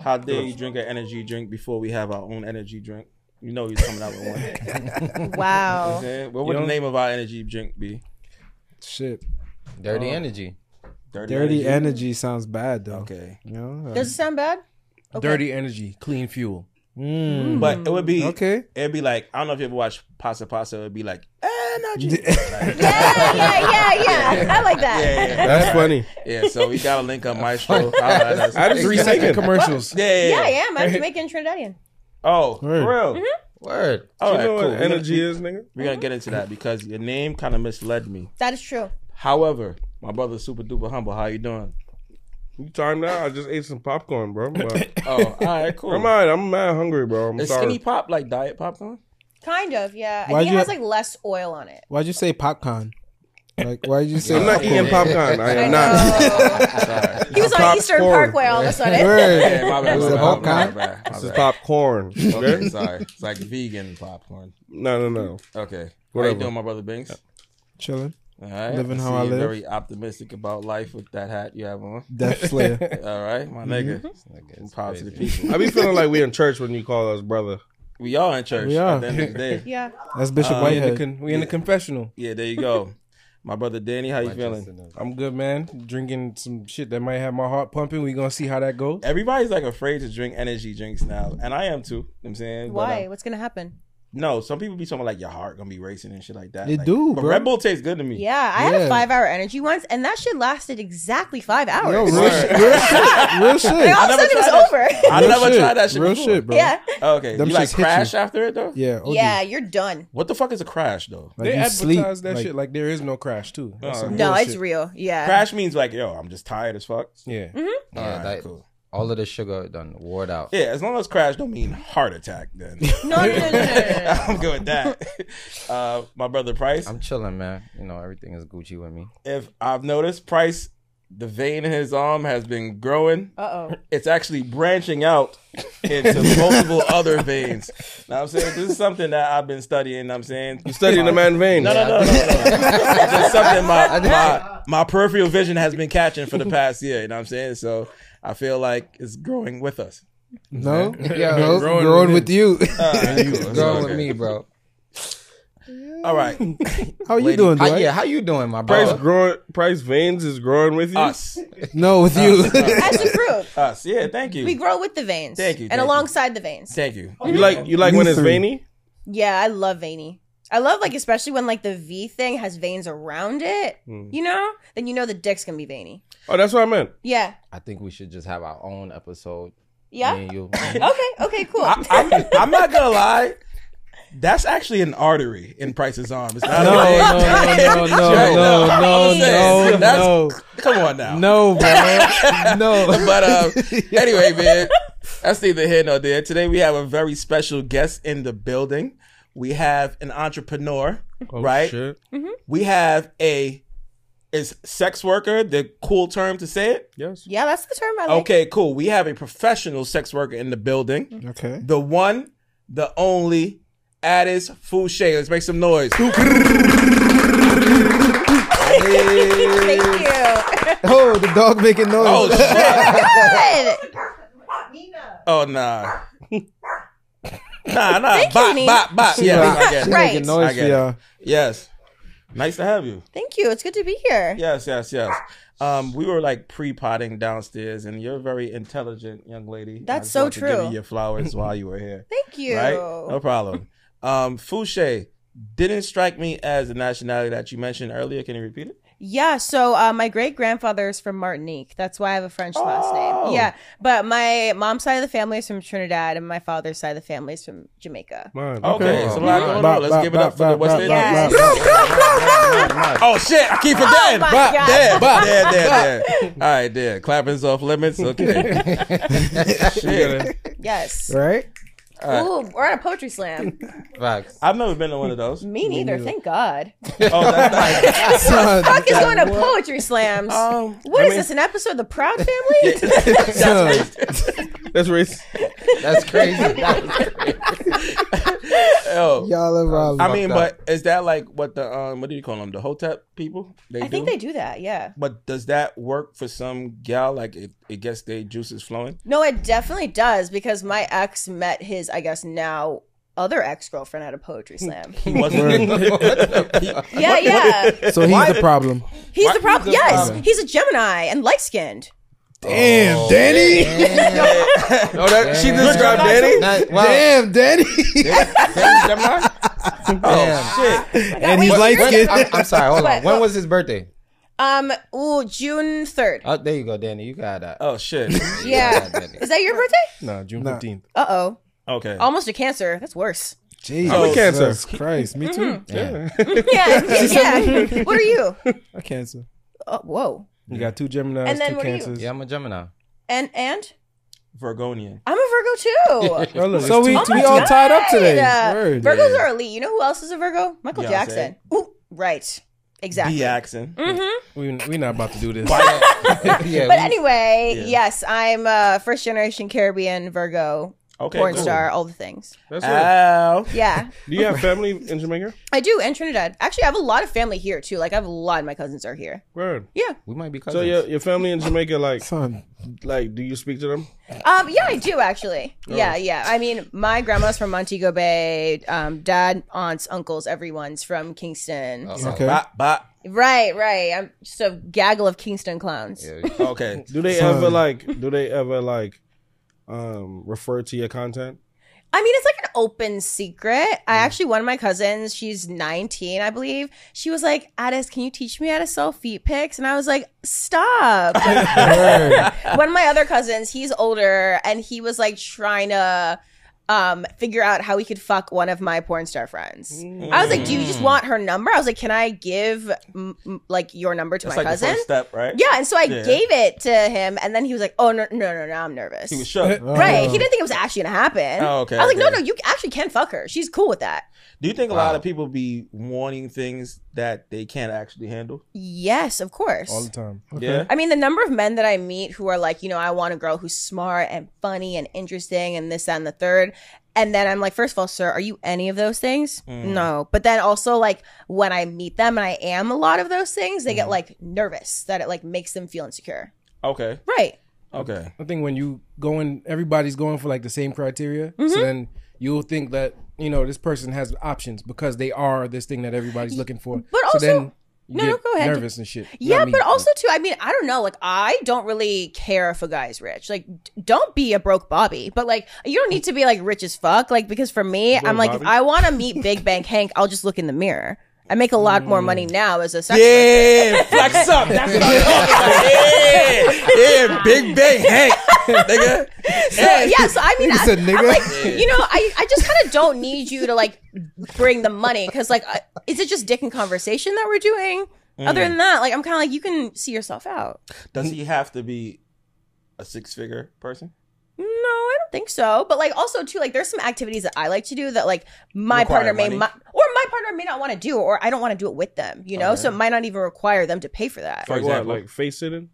How dare you drink an energy drink before we have our own energy drink? You know he's coming out with one. You know what I'm Wow. saying? what would the Yo. name of our energy drink be? Shit. Dirty Oh. energy. Dirty energy, sounds bad though. Okay. You know? uh, Does it sound bad? Okay. Dirty energy, clean fuel. mm, But it would be okay. okay. It'd be like I don't know if you ever watched Pasta Pasta. It'd be like energy. Yeah, yeah, yeah, yeah. I like that. Yeah, yeah. That's funny. Yeah, so we gotta link up Maestro. Holla at us. I just Three reset second it. commercials. Yeah, yeah, Yeah, I yeah. am. I'm Jamaican Trinidadian. Oh, for Word. real. Word. All You right, know cool. what We're energy gonna, is, nigga? we're gonna get into that because your name kind of misled me. That is true. However, my brother's super duper humble. How you doing? You timed out. I just ate some popcorn, bro. But Oh, all right, cool. I'm alright. I'm mad hungry, bro. I'm Is sorry. skinny pop like diet popcorn? Kind of, yeah. I Why'd think it you- has like less oil on it. Why'd you say popcorn? Like, why'd you say I'm not eating popcorn. I I am not. know. Sorry. he was on Popcorn. Eastern Parkway all of a sudden. Word. Yeah, my bad. Is my it bad, my bad, popcorn? my This is bad. popcorn. Okay, Okay? sorry. It's like vegan popcorn. No, no, no. Okay. How Whatever. you doing, my brother Binks? Chilling. All right. Living I how see I you're live. Very optimistic about life with that hat you have on. Death Slayer. All right, my Mm-hmm. nigga. I'm proud to the people. I be feeling like we in church when you call us Uh, brother. We are in church. We are. At the end of the day. Yeah. That's Bishop We in the, Whitehead. con- we in the confessional. Yeah, there you go. My brother Danny, how you feeling? I'm good, man. Drinking some shit that might have my heart pumping. We gonna see how that goes. Everybody's like afraid to drink energy drinks now, and I am too. You know what I'm saying, But, Why? um, What's gonna happen? no, some people be talking about, like your heart gonna be racing and shit like that. It Like, do, but bro. Red Bull tastes good to me. Yeah, I had a Yeah. five-hour energy once, and that shit lasted exactly five hours. Yo, real Word. shit. Real shit. Real and shit. all of a never sudden it was tried over. I Real never tried that shit. Real before. shit, bro. yeah, Okay, Them you like shits hit you. crash after it though. Yeah. OG. yeah, you're done. What the fuck is a crash though? Like, They you advertise sleep, that like- shit like there is no crash too. That's some No, bullshit. it's real. Yeah, Crash means like, yo, I'm just tired as fuck. Yeah. Mm-hmm. Yeah, All right, that, cool. all of the sugar done wore out. Yeah, as long as crash don't mean heart attack, then No, no, no, no, no, no, no. I'm good with that. Uh, my brother Price, I'm chilling, man. You know everything is Gucci with me. if I've noticed, Price, the vein in his arm has been growing. Uh oh. It's actually branching out into multiple other veins. Now I'm saying this is something that I've been studying. I'm saying you Studying the man vein. No, no, no, no, no. it's just something my, my my peripheral vision has been catching for the past year. You know what I'm saying? So I feel like it's growing with us. No. Yeah, No, growing growing with with you. Girl with me, bro. All right, How you Lady. doing, How, Dwight? yeah, how you doing, my Price brother? growing. Price veins is growing with you. us, No, with you. As a fruit, us. Yeah, thank we you, grow with the veins. Thank you, And thank you. alongside the veins. thank you. Oh, You like you like You when it's three. veiny. Yeah, I love veiny. I love like especially when like the V thing has veins around it. You know, then you know the dick's gonna be veiny. Oh, that's what I meant. Yeah. I think we should just have our own episode. Yeah. Me and you. Okay. Okay. Cool. I, I'm, I'm not gonna lie. That's actually an artery in Price's arm. It's not a vein. no, no, no, no, no, no, no, Come on now. no, bro. No. but um, anyway, man, that's neither here nor there. Today we have a very special guest in the building. We have an entrepreneur, Oh, right? Shit. We have a is sex worker the cool term to say it? Yes. yeah, that's the term I like. Okay, cool. We have a professional sex worker in the building. Okay. The one, the only, Addis Fouché. Let's make some noise. Thank you. Oh, the dog making noise. Oh shit! Good. Oh nah. Nah, nah. Bop, Nina. bop, bop. Yeah, I get it. Right. making I noise get for it. y'all. Yes. Nice to have you. Thank you. It's good to be here. Yes, yes, yes. Um, we were like pre-potting downstairs, and you're a very intelligent young lady. and I That's just so wanted to give true. you your flowers while you were here, Thank you. right? No problem. Um, Fouché didn't strike me as the nationality that you mentioned earlier. Can you repeat it? Yeah, so uh, my great grandfather is from Martinique. That's why I have a French last Oh. name. Yeah, but my mom's side of the family is from Trinidad, and my father's side of the family is from Jamaica. Mine. Okay, Okay. it's a lot Mhm. going on. Bop, Let's bop, give it up bop, for the bop, West bop, Indies. bop, Oh shit! I keep forgetting. my Bop, God. there, bop, there, there, there. All right, there. Clapping's off limits. Okay. shit. Yes. Right? Ooh, we're at a poetry slam. Facts. I've never been to one of those. Me neither. Thank God. Oh, that's nice. Son, Fuck is going to poetry slams. Um, What is this? An episode of The Proud Family? son. That's race. That's crazy. Yo, Y'all are robbing. I mean, fucked but is that like what the um what do you call them? The hotep people? They I think they do that. Yeah. But does that work for some gal? Like it, it gets their juices flowing. No, it definitely does because my ex met his, I guess now other ex girlfriend at a poetry slam. He wasn't. He- yeah, yeah. so he's the problem. He's Why- the problem. he's the yes, problem. he's a Gemini and light skinned. Damn, Danny. oh, that, she Damn. described Danny. Not, well, Damn, Danny. Danny Gemini? damn. Oh shit! and he's light When, skinned. I'm, I'm sorry. Hold on. What? When was his birthday? Um, ooh, June third. Oh, there you go, Danny. You got that. Oh shit! yeah, got that. is that your birthday? Nah, June Nah. fifteenth. Uh oh, Okay. almost a Cancer. That's worse. Oh, Jesus I'm a cancer. Christ, me Mm-hmm. too. Yeah. Yeah, yeah. what are you? I cancer. Oh, whoa. You got two Gemini's, And then two what are you? Cancers. yeah, I'm a Gemini. And and Virgonian. I'm a Virgo too. Oh, look, So it's we two- Oh my we all God. tied up today. Uh, Word. Virgos are elite. You know who else is a Virgo? Michael Beyonce. Jackson. Ooh, right. Exactly. Mm-hmm. B accent. we we not about to do this. yeah, But we- anyway, Yeah. yes, I'm a first generation Caribbean Virgo, Okay. porn cool. star, all the things. That's it. Ow. Yeah, Do you have family in Jamaica? I do. And Trinidad. Actually, I have a lot of family here too. Like I have a lot of my cousins are here. Word. Yeah. we might be cousins. So your your family in Jamaica, like Son, like, do you speak to them? Um. Yeah, I do actually. Oh. Yeah, yeah. I mean, my grandma's from Montego Bay. Um, dad, aunts, uncles, everyone's from Kingston. Oh, okay. Bop, bop. Right, right. I'm just a gaggle of Kingston clowns. yeah. Okay. Do they Son. ever like? Do they ever like? Um, refer to your content. I mean, it's like an open secret. I Mm. actually, one of my cousins, she's 19, I believe. She was like, Addis, can you teach me how to sell feet pics? And I was like, stop. one of my other cousins, he's older, and he was like trying to um figure out how he could fuck one of my porn star friends. I was like, do you just Mm. want her number? I was like, can I give m- m- like your number to That's my like the cousin? first step, right? Yeah, and so I Yeah. gave it to him, and then he was like, "Oh no, no, no, no, I'm nervous." He was shook. Right. He didn't think it was actually gonna happen. Oh, okay, I was like, no, okay. no, you actually can fuck her. She's cool with that. Do you think a lot Wow. of people be wanting things that they can't actually handle? Yes, of course. all the time. Yeah. I mean, the number of men that I meet who are like, you know, I want a girl who's smart and funny and interesting and this, that, and the third. And then I'm like, first of all, sir, are you any of those things? Mm. No. But then also, like, when I meet them and I am a lot of those things, they Mm. get like nervous that it like makes them feel insecure. Okay. Right. Okay. I think when you go in, everybody's going for like the same criteria. Mm-hmm. So then you'll think that you know this person has options because they are this thing that everybody's looking for. But so also- then you No, get no, go ahead. nervous and shit. Not Yeah, me. but also too, I mean, I don't know. Like, I don't really care if a guy's rich. Like, d- don't be a broke Bobby. But like, you don't need to be like rich as fuck. Like, because for me, I'm like, if Bobby? I want to meet Big Bang Hank, I'll just look in the mirror. I make a lot more money now as a sex worker. Yeah, flex up. That's what I'm talking about. Yeah, yeah, big bang Hank, nigga. So, yeah, so I mean, I, said am nigga. like, you know, I, I just kind of don't need you to like bring the money because like, I, is it just dick and conversation that we're doing? Other than that, like, I'm kind of like, you can see yourself out. Does he have to be a six figure person? No, I don't think so. But like, also too, like, there's some activities that I like to do that like my Require partner may, money? my, or my partner may not want to do, or I don't want to do it with them. You know, so it might not even require them to pay for that. For Like what? example. Like face sitting.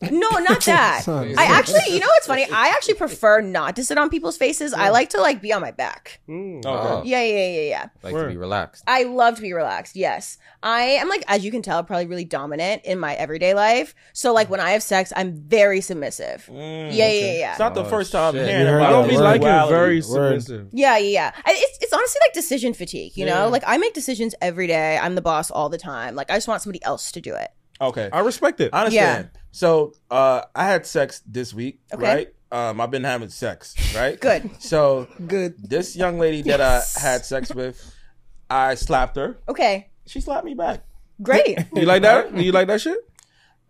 No, not that. Son. I actually, you know, it's funny. I actually prefer not to sit on people's faces. I like to like be on my back. Mm. Okay. Yeah, yeah, yeah, yeah. like to be relaxed. I love to be relaxed. Yes. I am like, as you can tell, probably really dominant in my everyday life. So like when I have sex, I'm very submissive. Mm, yeah, yeah, yeah, It's not the Oh, first time shit. hearing You heard about I that don't be word. liking sexuality. very Word. submissive. Yeah, yeah, yeah. I- It's, it's honestly like decision fatigue, you know? Like I make decisions every day. I'm the boss all the time. Like I just want somebody else to do it. Okay. I respect it. I understand. So uh, I had sex this week, Okay. right? Um, I've been having sex, right? Good. So Good. this young lady that I had sex with, I slapped her. Okay. She slapped me back. Great. You like that? You like that shit?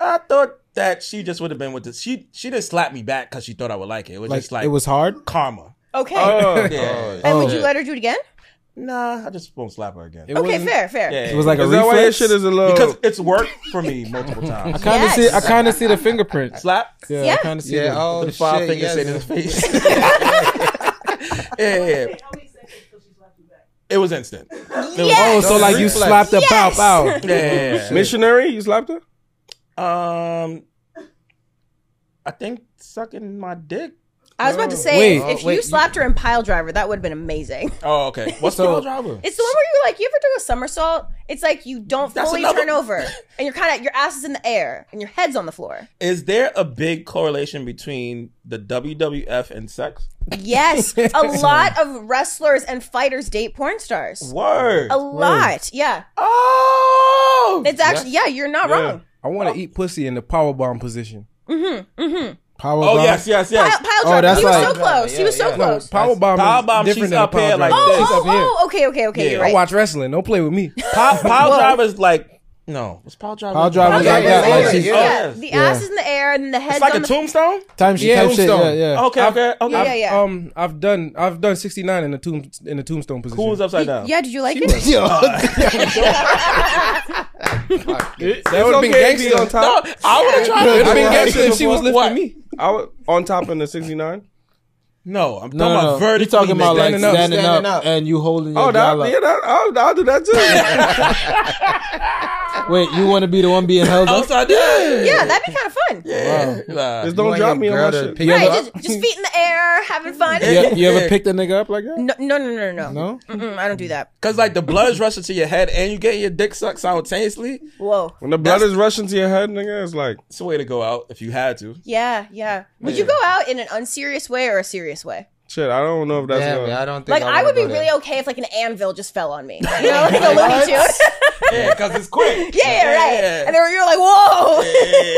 I thought that she just would have been with the she. She didn't slap me back because she thought I would like it. It was Like, just like it was hard. karma. Okay. Oh, Yeah. and would oh. you let her do it again? Nah, I just won't slap her again. It Okay, wasn't- fair, fair. Yeah. It was like oh. is a that why your reflex. shit is a little? because it's worked for me multiple times. Kinda Yes. see, I kind of see the fingerprint. Slap. Yeah, Yeah. I kind of see Yeah. the- Oh the five shit. fingers Yes. in his face. yeah, yeah, yeah. It was instant. Oh, so like you Reflex. slapped the pow pow. Yeah, yeah, yeah. missionary, you slapped her. Um, I think sucking my dick I was about to say, Wait. if, if Oh, wait, you you- slapped her in pile driver, that would have been amazing. Oh, okay. What's So- the driver? It's the one where you like, you ever do a somersault? It's like you don't That's fully another- turn over, and you're kind of your ass is in the air and your head's on the floor. Is there a big correlation between the WWF and sex? Yes, a lot of wrestlers and fighters date porn stars. Word. A lot, yeah. Oh, Oh. It's actually yeah, you're not wrong. I want to eat pussy in the power bomb position. Mm-hmm, Power oh bomb. yes, yes, Pile, yes. pile driver. that's he was like- so close. he was so yeah, yeah. No, close. power bomb. Power is bomb, Different she's than the up power here like driver. this. oh, She's oh, oh, okay, okay, okay. Yeah. You're I right. watch wrestling. Don't play with me. Pile, pile driver's like no. What's pile driver? Power Pile driver. Like, driver's in yeah, the like air. she's- yeah. Yeah, Yes. the Yeah. ass is in the air and the head's It's like on a the tombstone. Time she Yeah, oh, type shit. Yeah, Tombstone. yeah. Okay, okay, okay. Yeah, yeah, Oh, yeah. Um, I've done. I've done 69 in the tomb in the tombstone position. Who was upside down? Yeah, did you like it? That would have been okay if he gangster on on top. No, I would have tried. It would I have been would've gangster tried if she was lifting What? me. I was on top in the 69. No, I'm talking No, about no, no. vertically. You talking about like nigga. standing, Standing up. up, Standing up. and you holding your Oh, that, gal up. yeah, that, I'll, I'll do that too. Wait, you want to be the one being held up? upside down? Yeah, that'd be kind of fun. Yeah. Just Nah. don't want drop your me on girl my to shit. pick You Right, ever- just, just feet in the air, having fun. you, ever- you ever picked a nigga up like that? No, no, no, no, no. No? Mm-mm, I don't do that. Cause like the blood is rushing to your head and you get your dick sucked simultaneously. Whoa. When the blood is rushing to your head, nigga, it's like, It's a way to go out if you had to. Yeah, yeah. Would you go out in an unserious way or a serious way? shit, I don't know if that's Damn, gonna- man, I don't think Like, I wanna would be go there. really okay if like an anvil just fell on me, you know, like a Looney Tune. Yeah, cause it's quick. yeah, right. And then you're like, whoa.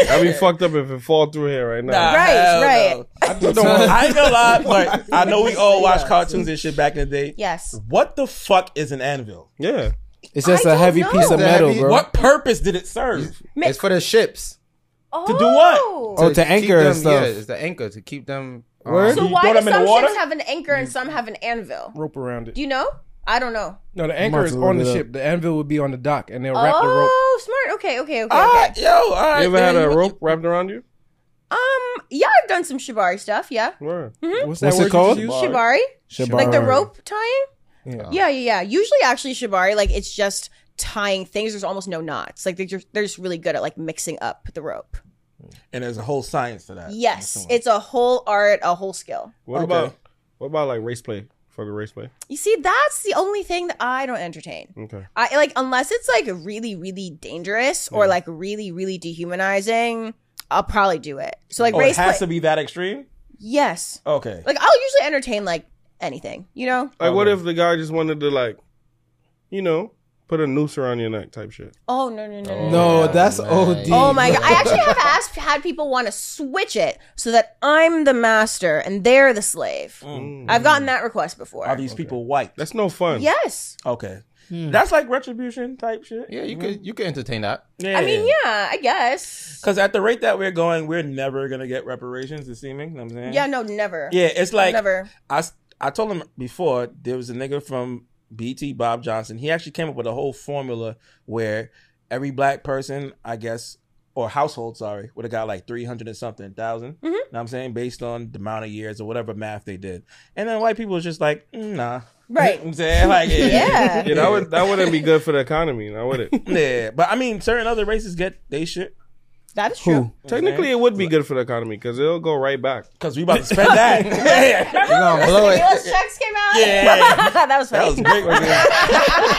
I'd be fucked up if it fall through here right now. Nah, Right, hell right. no. I, just don't want- I ain't gonna lie, but I know we all watched cartoons and shit back in the day. Yes. What the fuck is an anvil? Yeah. It's just I a don't heavy know. piece of The metal, heavy- bro. What purpose did it serve? It's for the ships. Oh. do what? Oh, to keep anchor and them- stuff. Yeah, it's the anchor to keep them. um, Word? So You why throw do them in the some water? ships have an anchor and some have an anvil? Rope around it. Do you know? I don't know. No, the anchor have is to look on the it up. ship. The anvil would be on the dock, and they'll wrap the rope. Oh, smart. Okay, okay, okay, Ah, okay. yo, all right. You ever man, had a you- rope wrapped around you? Ah! Um, yeah, I've done some shibari stuff. Yeah, Where? What's What's that it word you called? just used? shibari, Shibari. like the rope tying. Yeah. Yeah, yeah, yeah. Usually, actually, shibari, like it's just tying things. There's almost no knots. Like they're just, they're just really good at like mixing up the rope. And there's a whole science to that. Yes, it's a whole art, a whole skill. What about what about like race play? Fuck a race play. You see, that's the only thing that I don't entertain. Okay. I like unless it's like really, really dangerous or like really, really dehumanizing. I'll probably do it. So like Oh, it race has play, to be that extreme? yes. Okay. Like I'll usually entertain like anything, you know. Like, what if the guy just wanted to like, you know, put a noose around your neck type shit? Oh no no no no. no. No, that's man. OD. Oh my god! I actually have asked had people want to switch it so that I'm the master and they're the slave. Mm. I've gotten that request before. Are these people white? Mm. That's no fun. yes, okay. Hmm. That's like retribution type shit. Yeah, you could you could entertain that. I mean yeah, I guess. Because at the rate that we're going, we're never gonna get reparations. It's seeming. You know what I'm saying. Yeah, no, never. Yeah. It's like never. I s- I told him before there was a nigga from BT Bob Johnson. He actually came up with a whole formula where every black person, I guess, or household, sorry, would have got like three hundred and something 1000 Mm-hmm. Know what I'm saying based on the amount of years or whatever math they did. And then white people was just like, mm, nah. You know Right. what I'm saying like Yeah. Yeah, that would that wouldn't be good for the economy, now would it? yeah. But I mean, certain other races get they shit That is true. Technically, it would be good for the economy because it'll go right back. because we about to spend that. yeah. You're gonna blow The it. US checks came out. Yeah. that was That funny. was great. right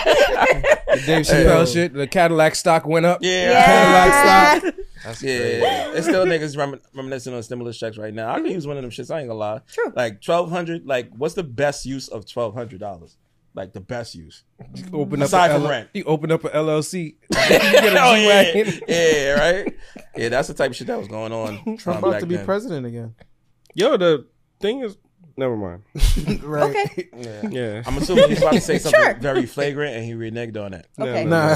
there. Dave Chappelle shit. The Cadillac stock went up. Yeah. yeah. That's Yeah, it's still niggas remin- reminiscing on stimulus checks right now. I could use one of them shits. I ain't gonna lie. Mm-hmm. True. Like twelve hundred. Like, what's the best use of twelve hundred dollars? Like the best use. Open up Aside a from L- rent. You open up a LLC. you get a Oh, yeah. G-Wagon. yeah, right. Yeah, that's the type of shit that was going on. I'm Trump about back to be then. president again. Yo, the thing is, never mind. Right. Okay. Yeah. I'm assuming he's about to say something Sure. very flagrant, and he reneged on it. Okay. Nah.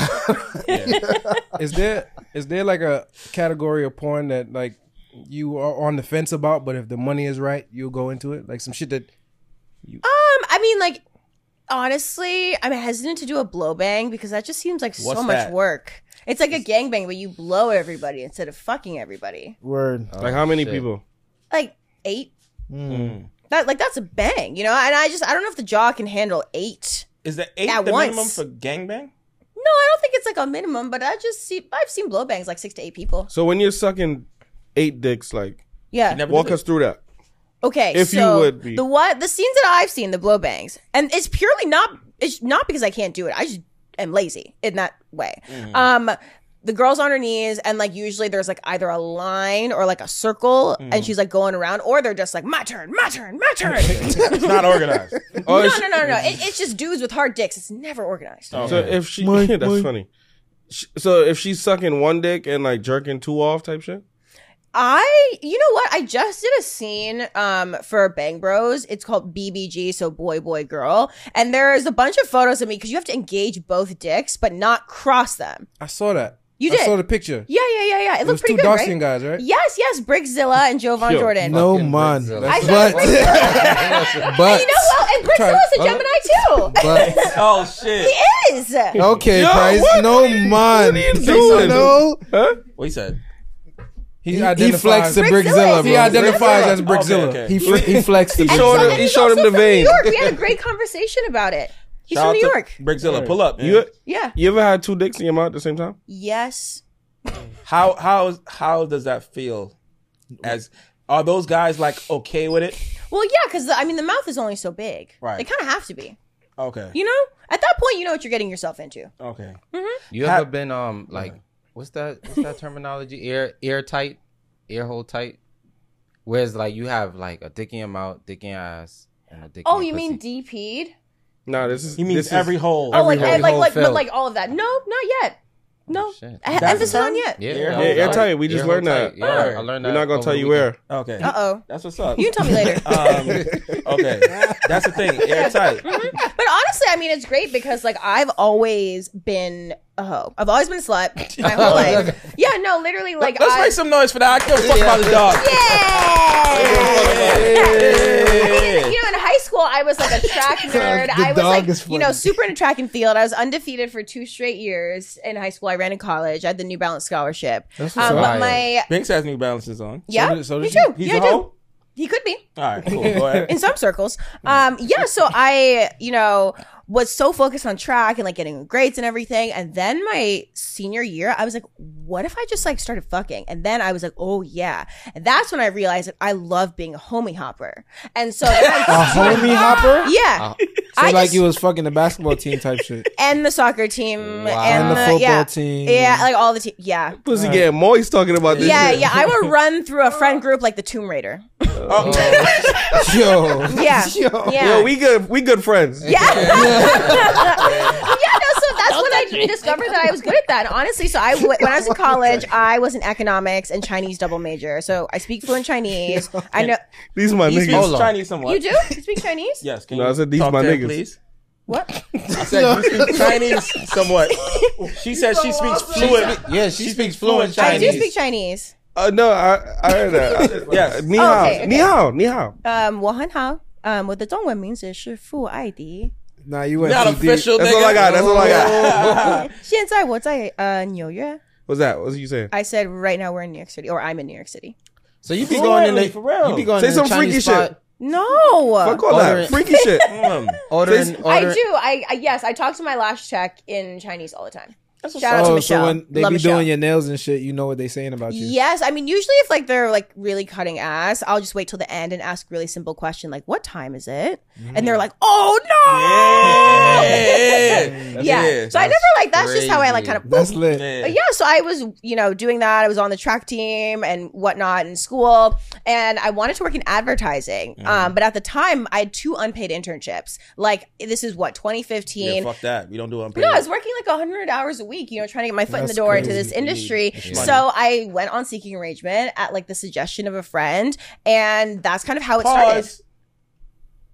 Is there is there like a category of porn that like you are on the fence about, but if the money is right, you'll go into it? Like some shit that Um, I mean, like, honestly, I'm hesitant to do a blow bang because that just seems like What's so much that? work. It's like a gangbang, but you blow everybody instead of fucking everybody. Word. Like, how many shit. people? Like eight. Hmm. That like that's a bang, you know. And I just I don't know if the jaw can handle eight. Is that eight At the once. minimum for gangbang? No, I don't think it's like a minimum, but I just see I've seen blow bangs like six to eight people. So when you're sucking eight dicks, like, Yeah. Never walk did it. us through that. Okay, If you so would be. the what the scenes that I've seen, the blow bangs, and it's purely not it's not because I can't do it. I just am lazy in that way. Mm-hmm. Um, the girl's on her knees, and like usually there's like either a line or like a circle, Mm-hmm. and she's like going around, or they're just like my turn, my turn, my turn. It's not organized. Oh, no, it's- no, no, no, no. It, it's just dudes with hard dicks. It's never organized. Oh. So if she, Mike, that's Mike. funny. Sh- So if she's sucking one dick and like jerking two off type shit, I, you know what? I just did a scene um for Bang Bros. It's called BBG, so boy, boy, girl. And there's a bunch of photos of me because you have to engage both dicks, but not cross them. I saw that. You I did. saw the picture. Yeah, yeah, yeah, yeah. It, it was looked pretty two good, dark right? skinned guys, right? Yes, yes, Brigzilla and Jovan Yo, Jordan. No Fucking man. Brazil. That's- I thought but- And you know what? And Brigzilla's a Huh? Gemini too. but Oh shit! He is. okay, Price. No man. doing? No. huh? What he said? He, He, he identifies- flexed the Brickzilla Brickzilla, is- bro. He identifies as Brickzilla. Brickzilla. Okay, okay. He, fl- he flexed the He showed Brickzilla. him. He showed him the vein. New York. We had a great conversation about it. He's Shout from New out to York. Brickzilla, pull up. man. You Yeah. you ever had two dicks in your mouth at the same time? Yes. How how how does that feel? As are those guys like okay with it? Well, yeah, because I mean the mouth is only so big. Right. They kind of have to be. Okay. You know, at that point, you know what you're getting yourself into. Okay. You Ha- ever been um like what's that what's that terminology? Air air tight, air hole tight. Whereas like you have like a dick in your mouth, dick in your ass, and a dick. Oh, in you your mean pussy. DP'd? Nah, this is He means this every Is, hole. Oh, like hole- and, like hole like but filled. like all of that? No, not yet. No, Oh, Shit. I- That's emphasis the on yet. Yeah, Air that hole was tight. like- Airtight, we just hole learned that. tight. Yeah, Word. I learned We're that. not gonna over tell the you weekend. where. okay. Uh oh. That's what's up. You can tell me later. um, okay. That's the thing. Airtight. Mm-hmm. But honestly, I mean, it's great because like I've always been a hoe. I've always been a slut my whole life. Yeah, no, literally, like Let's I. make some noise for that. I give a fuck about the dog. Yay! Yeah. You know, in high school, I was like a track nerd. I was dog is like, funny. you know, super into track and field. I was undefeated for two straight years in high school. I ran in college. I had the New Balance scholarship. That's Um, what's but up. my Binks has New Balances on. yeah, did- so me did you. too. He's yeah, a I do. hoe. He could be All right. Cool. Go ahead. in some circles. Um, yeah, so I, you know, was so focused on track and like getting good grades and everything. And then my senior year, I was like, what if I just like started fucking? And then I was like, oh yeah. And that's when I realized that I love being a homie hopper. And so, A homie hopper? yeah. Oh. So I like just- you was fucking the basketball team type shit. and the soccer team And the football yeah, team. Yeah, like all the team. Yeah. Pussy getting moist talking about this. Yeah, shit. yeah. I would run through a friend group like the Tomb Raider. Yo. Yeah. yeah. Yo, we good. We good friends. Yeah. yeah, no, so that's when I discovered that I was good at that. Honestly, so I w- when I was in college, I was in economics and Chinese double major. So I speak fluent Chinese. I know These my He niggas. speaks Chinese somewhat. you do You speak Chinese. Yes. Can No, you I said these talk my to him, niggas. please? What? I said you speak Chinese somewhat. She said she speaks fluent. Yeah, she, speaks fluent I Chinese. do speak Chinese. Uh, no, I, I heard that. Yes. Ni hao. okay, okay. Ni hao. Ni hao. Um, 我很好. Um, 我的中文名字是傅爱迪。 Nah, you went Not too deep. official. That's nigga. Oh, all I got. That's all I got. 现在我在呃纽约. What's that? What's you saying? I said right now we're in New York City, or I'm in New York City. So you be going in Fluently, the for real. You be going Say in some the Chinese freaky spot, shit. No, Fuck all ordering- that. Freaky shit. Mm. Ordering, I ordering, do. I, I yes, I talk to my lash check in Chinese all the time. Shout out to Oh, Michelle. so when they Love be Michelle. doing your nails and shit, you know what they saying about you. Yes, I mean usually if like they're like really cutting ass, I'll just wait till the end and ask a really simple question like "What time is it?" and they're like, "Oh no!" Yeah. Yeah, so I never like that's just how I like crazy. kind of That's lit. But yeah, so I was, you know, doing that. I was on the track team and whatnot in school, and I wanted to work in advertising. Um, but at the time, I had two unpaid internships. Like this is what 2015. Yeah, fuck that. We don't do unpaid. no, I was working like 100 hours a week, you know, trying to get my foot in the That's door into crazy. this industry. Yeah. So I went on seeking arrangement at like the suggestion of a friend, and that's kind of how it started. Pause.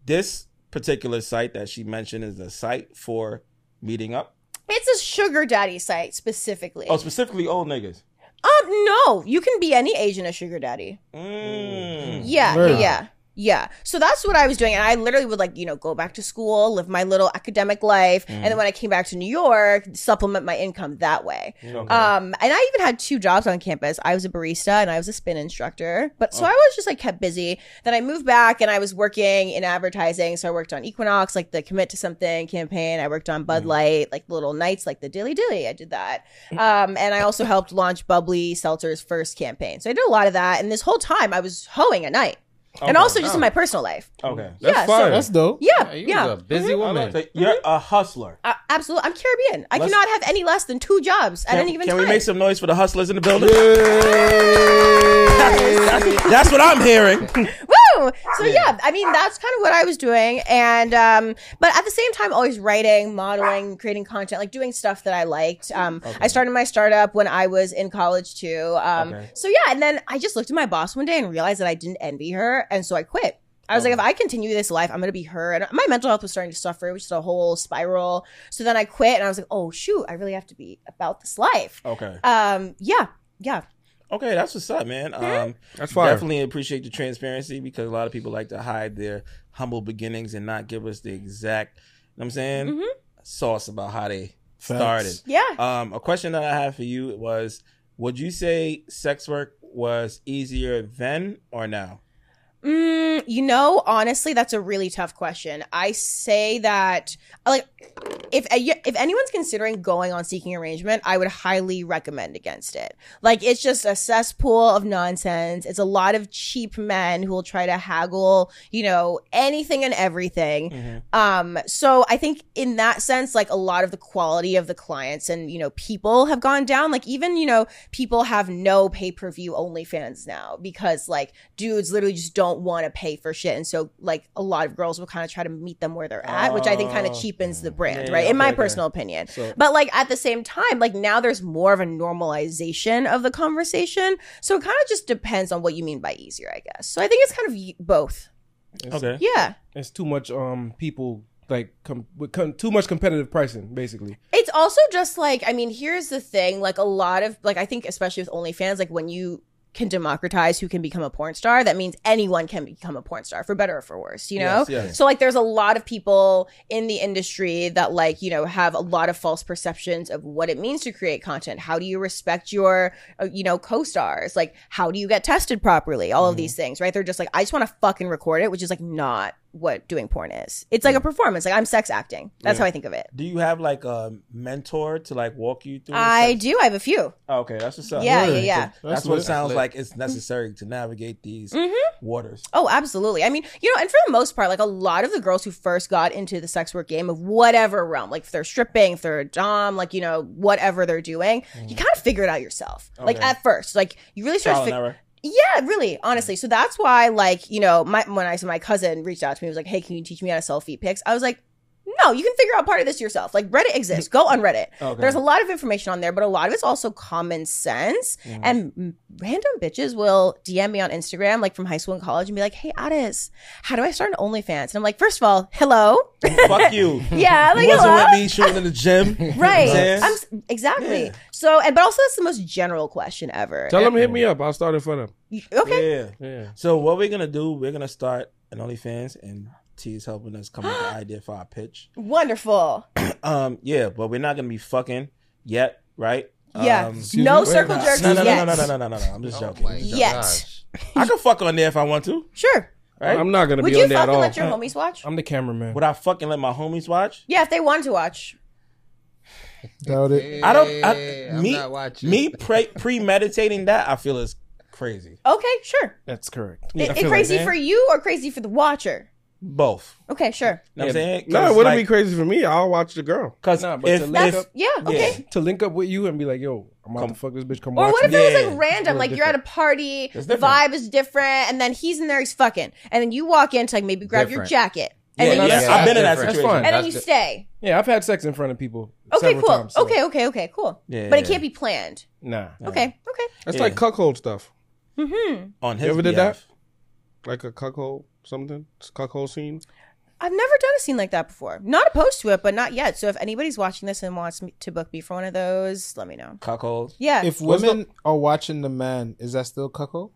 This particular site that she mentioned is a site for meeting up. It's a sugar daddy site specifically. Oh, specifically old niggas. Um, no, you can be any age in a sugar daddy. Mm. Yeah, Word. yeah, yeah. So that's what I was doing, and I literally would like you know go back to school, live my little academic life, and then when I came back to New York, supplement my income that way. Um, and I even had two jobs on campus. I was a barista and I was a spin instructor. But so I was just like kept busy. Then I moved back and I was working in advertising. So I worked on Equinox, like the Commit to Something campaign. I worked on Bud Light, like little nights, like the Dilly Dilly. I did that. Um, and I also helped launch Bubbly Seltzer's first campaign. So I did a lot of that. And this whole time I was hoeing at night. and also just in my personal life. Okay. That's yeah, so- fire. That's dope. Yeah, You yeah, was a busy woman. So you're a hustler. Uh, absolutely. I'm Caribbean. I Let's- cannot have any less than two jobs at Can, any given can time. we make some noise for the hustlers in the building? Yes. That's what I'm hearing. Woo! So yeah. I mean that's kind of what I was doing, and um, but at the same time, always writing, modeling, creating content, like doing stuff that I liked. Um, I started my startup when I was in college too. Um, Okay. so yeah, and then I just looked at my boss one day and realized that I didn't envy her, and so I quit. I was like, if I continue this life, I'm gonna be her. And my mental health was starting to suffer, which is a whole spiral. So then I quit, and I was like, oh shoot, I really have to be about this life. Okay. Um, yeah, yeah, Okay, that's what's up, man. Um, That's fire. Definitely appreciate the transparency because a lot of people like to hide their humble beginnings and not give us the exact, you know what I'm saying, sauce about how they started. yeah. Um, a question that I had for you was Would you say sex work was easier then or now? Mm, you know, honestly, that's a really tough question. I say that, like, if if anyone's considering going on seeking arrangement, I would highly recommend against it. Like, it's just a cesspool of nonsense. It's a lot of cheap men who will try to haggle, you know, anything and everything. Mm-hmm. Mm-hmm. Um, so I think in that sense, like a lot of the quality of the clients and you know people have gone down. Like even you know people have no pay per view only fans now because like dudes literally just don't want to pay for shit, and so like a lot of girls will kind of try to meet them where they're at, which I think kind of cheapens the brand, Oh. Yeah, right? yeah, in my okay, okay. personal opinion. But like at the same time, like now there's more of a normalization of the conversation, so it kind of just depends on what you mean by easier, I guess. So I think it's kind of y- both. Okay. Yeah. It's too much. Um, people like com- with com- too much competitive pricing, basically. It's also just like, I mean, here's the thing. Like a lot of like I think especially with OnlyFans, like when you can democratize who can become a porn star, that means anyone can become a porn star, for better or for worse, you know? Yes, yes. So like there's a lot of people in the industry that like, you know, have a lot of false perceptions of what it means to create content. How do you respect your uh, you know, co-stars? Like how do you get tested properly? All of these things, right? They're just like, I just want to fucking record it, which is like not what doing porn is. It's like a performance. Like I'm sex acting. That's how I think of it. Do you have like a mentor to like walk you through? the I sex- do. I have a few. Oh, okay, that's what's up. Yeah, yeah, yeah. That's, what it lit. sounds like. It's necessary to navigate these waters. Oh, absolutely. I mean, you know, and for the most part, like a lot of the girls who first got into the sex work game of whatever realm, like if they're stripping, if they're a dom, like, you know, whatever they're doing, you kind of figure it out yourself. Like Mm. Okay. at first, like you really start Trial to and figure error. yeah, really, honestly. So that's why, like, you know, my when I so my cousin reached out to me, was like, "Hey, can you teach me how to sell feet pics?" I was like, "No, you can figure out part of this yourself. Like, Reddit exists. Go on Reddit. There's a lot of information on there, but a lot of it's also common sense. And m- random bitches will DM me on Instagram, like from high school and college, and be like, "Hey, Addis, how do I start an OnlyFans?" And I'm like, first of all, hello, Fuck you. yeah, like You wasn't hello." with me shooting in the gym. Right, Yes. I'm, s- exactly. So, and but also that's the most general question ever. Tell them hit me up. I'll start it for them. You- okay, Yeah. Yeah. So what we're gonna do? We're gonna start an OnlyFans, and T is helping us come up with the idea for our pitch. wonderful. Um, yeah, but we're not gonna be fucking yet, right? Yeah. Um, Excuse no me? circle no, jerks no, no, yet. no, no, no, no, no, no. I'm just joking. I'm just joking. Yet. Oh Gosh. I can fuck on there if I want to. Sure. Right? I'm not gonna Would be you on there at fucking all. let your homies watch? I'm the cameraman. Would I fucking let my homies watch? Yeah, if they want to watch. Doubt it. I don't. Hey, I, I'm me, not watching. me pre- premeditating that I feel is crazy. Okay, sure. That's correct. Yeah, I It- it feel like crazy that. for you or crazy for the watcher? Both. Okay, sure. You know what I'm saying? No, it wouldn't be crazy for me. I'll watch the girl. Because Nah, but if, to link That's if yeah, okay. To link up with you and be like, yo, I'm about to fuck this bitch. Come Or watch what if me. it was Yeah. like random? Like you're at a party, It's the different. vibe is different, and then he's in there, he's fucking, and then you walk in to like maybe grab your Different. jacket, Yeah, and then you yeah, stay, I've been in that That's situation. fine. and then That's you di- stay. Yeah, I've had sex in front of people. Okay, several cool. times, so- Okay, okay, okay, cool. Yeah, but it yeah. can't be planned. Nah. Okay, okay. That's Yeah. like cuckold stuff. on his You ever did behalf. that? Like a cuckold something? It's a cuckold scene? I've never done a scene like that before. Not opposed to it, but not yet. So if anybody's watching this and wants me to book me for one of those, let me know. Cuckold. Yeah. If women are watching the man, is that still cuckold?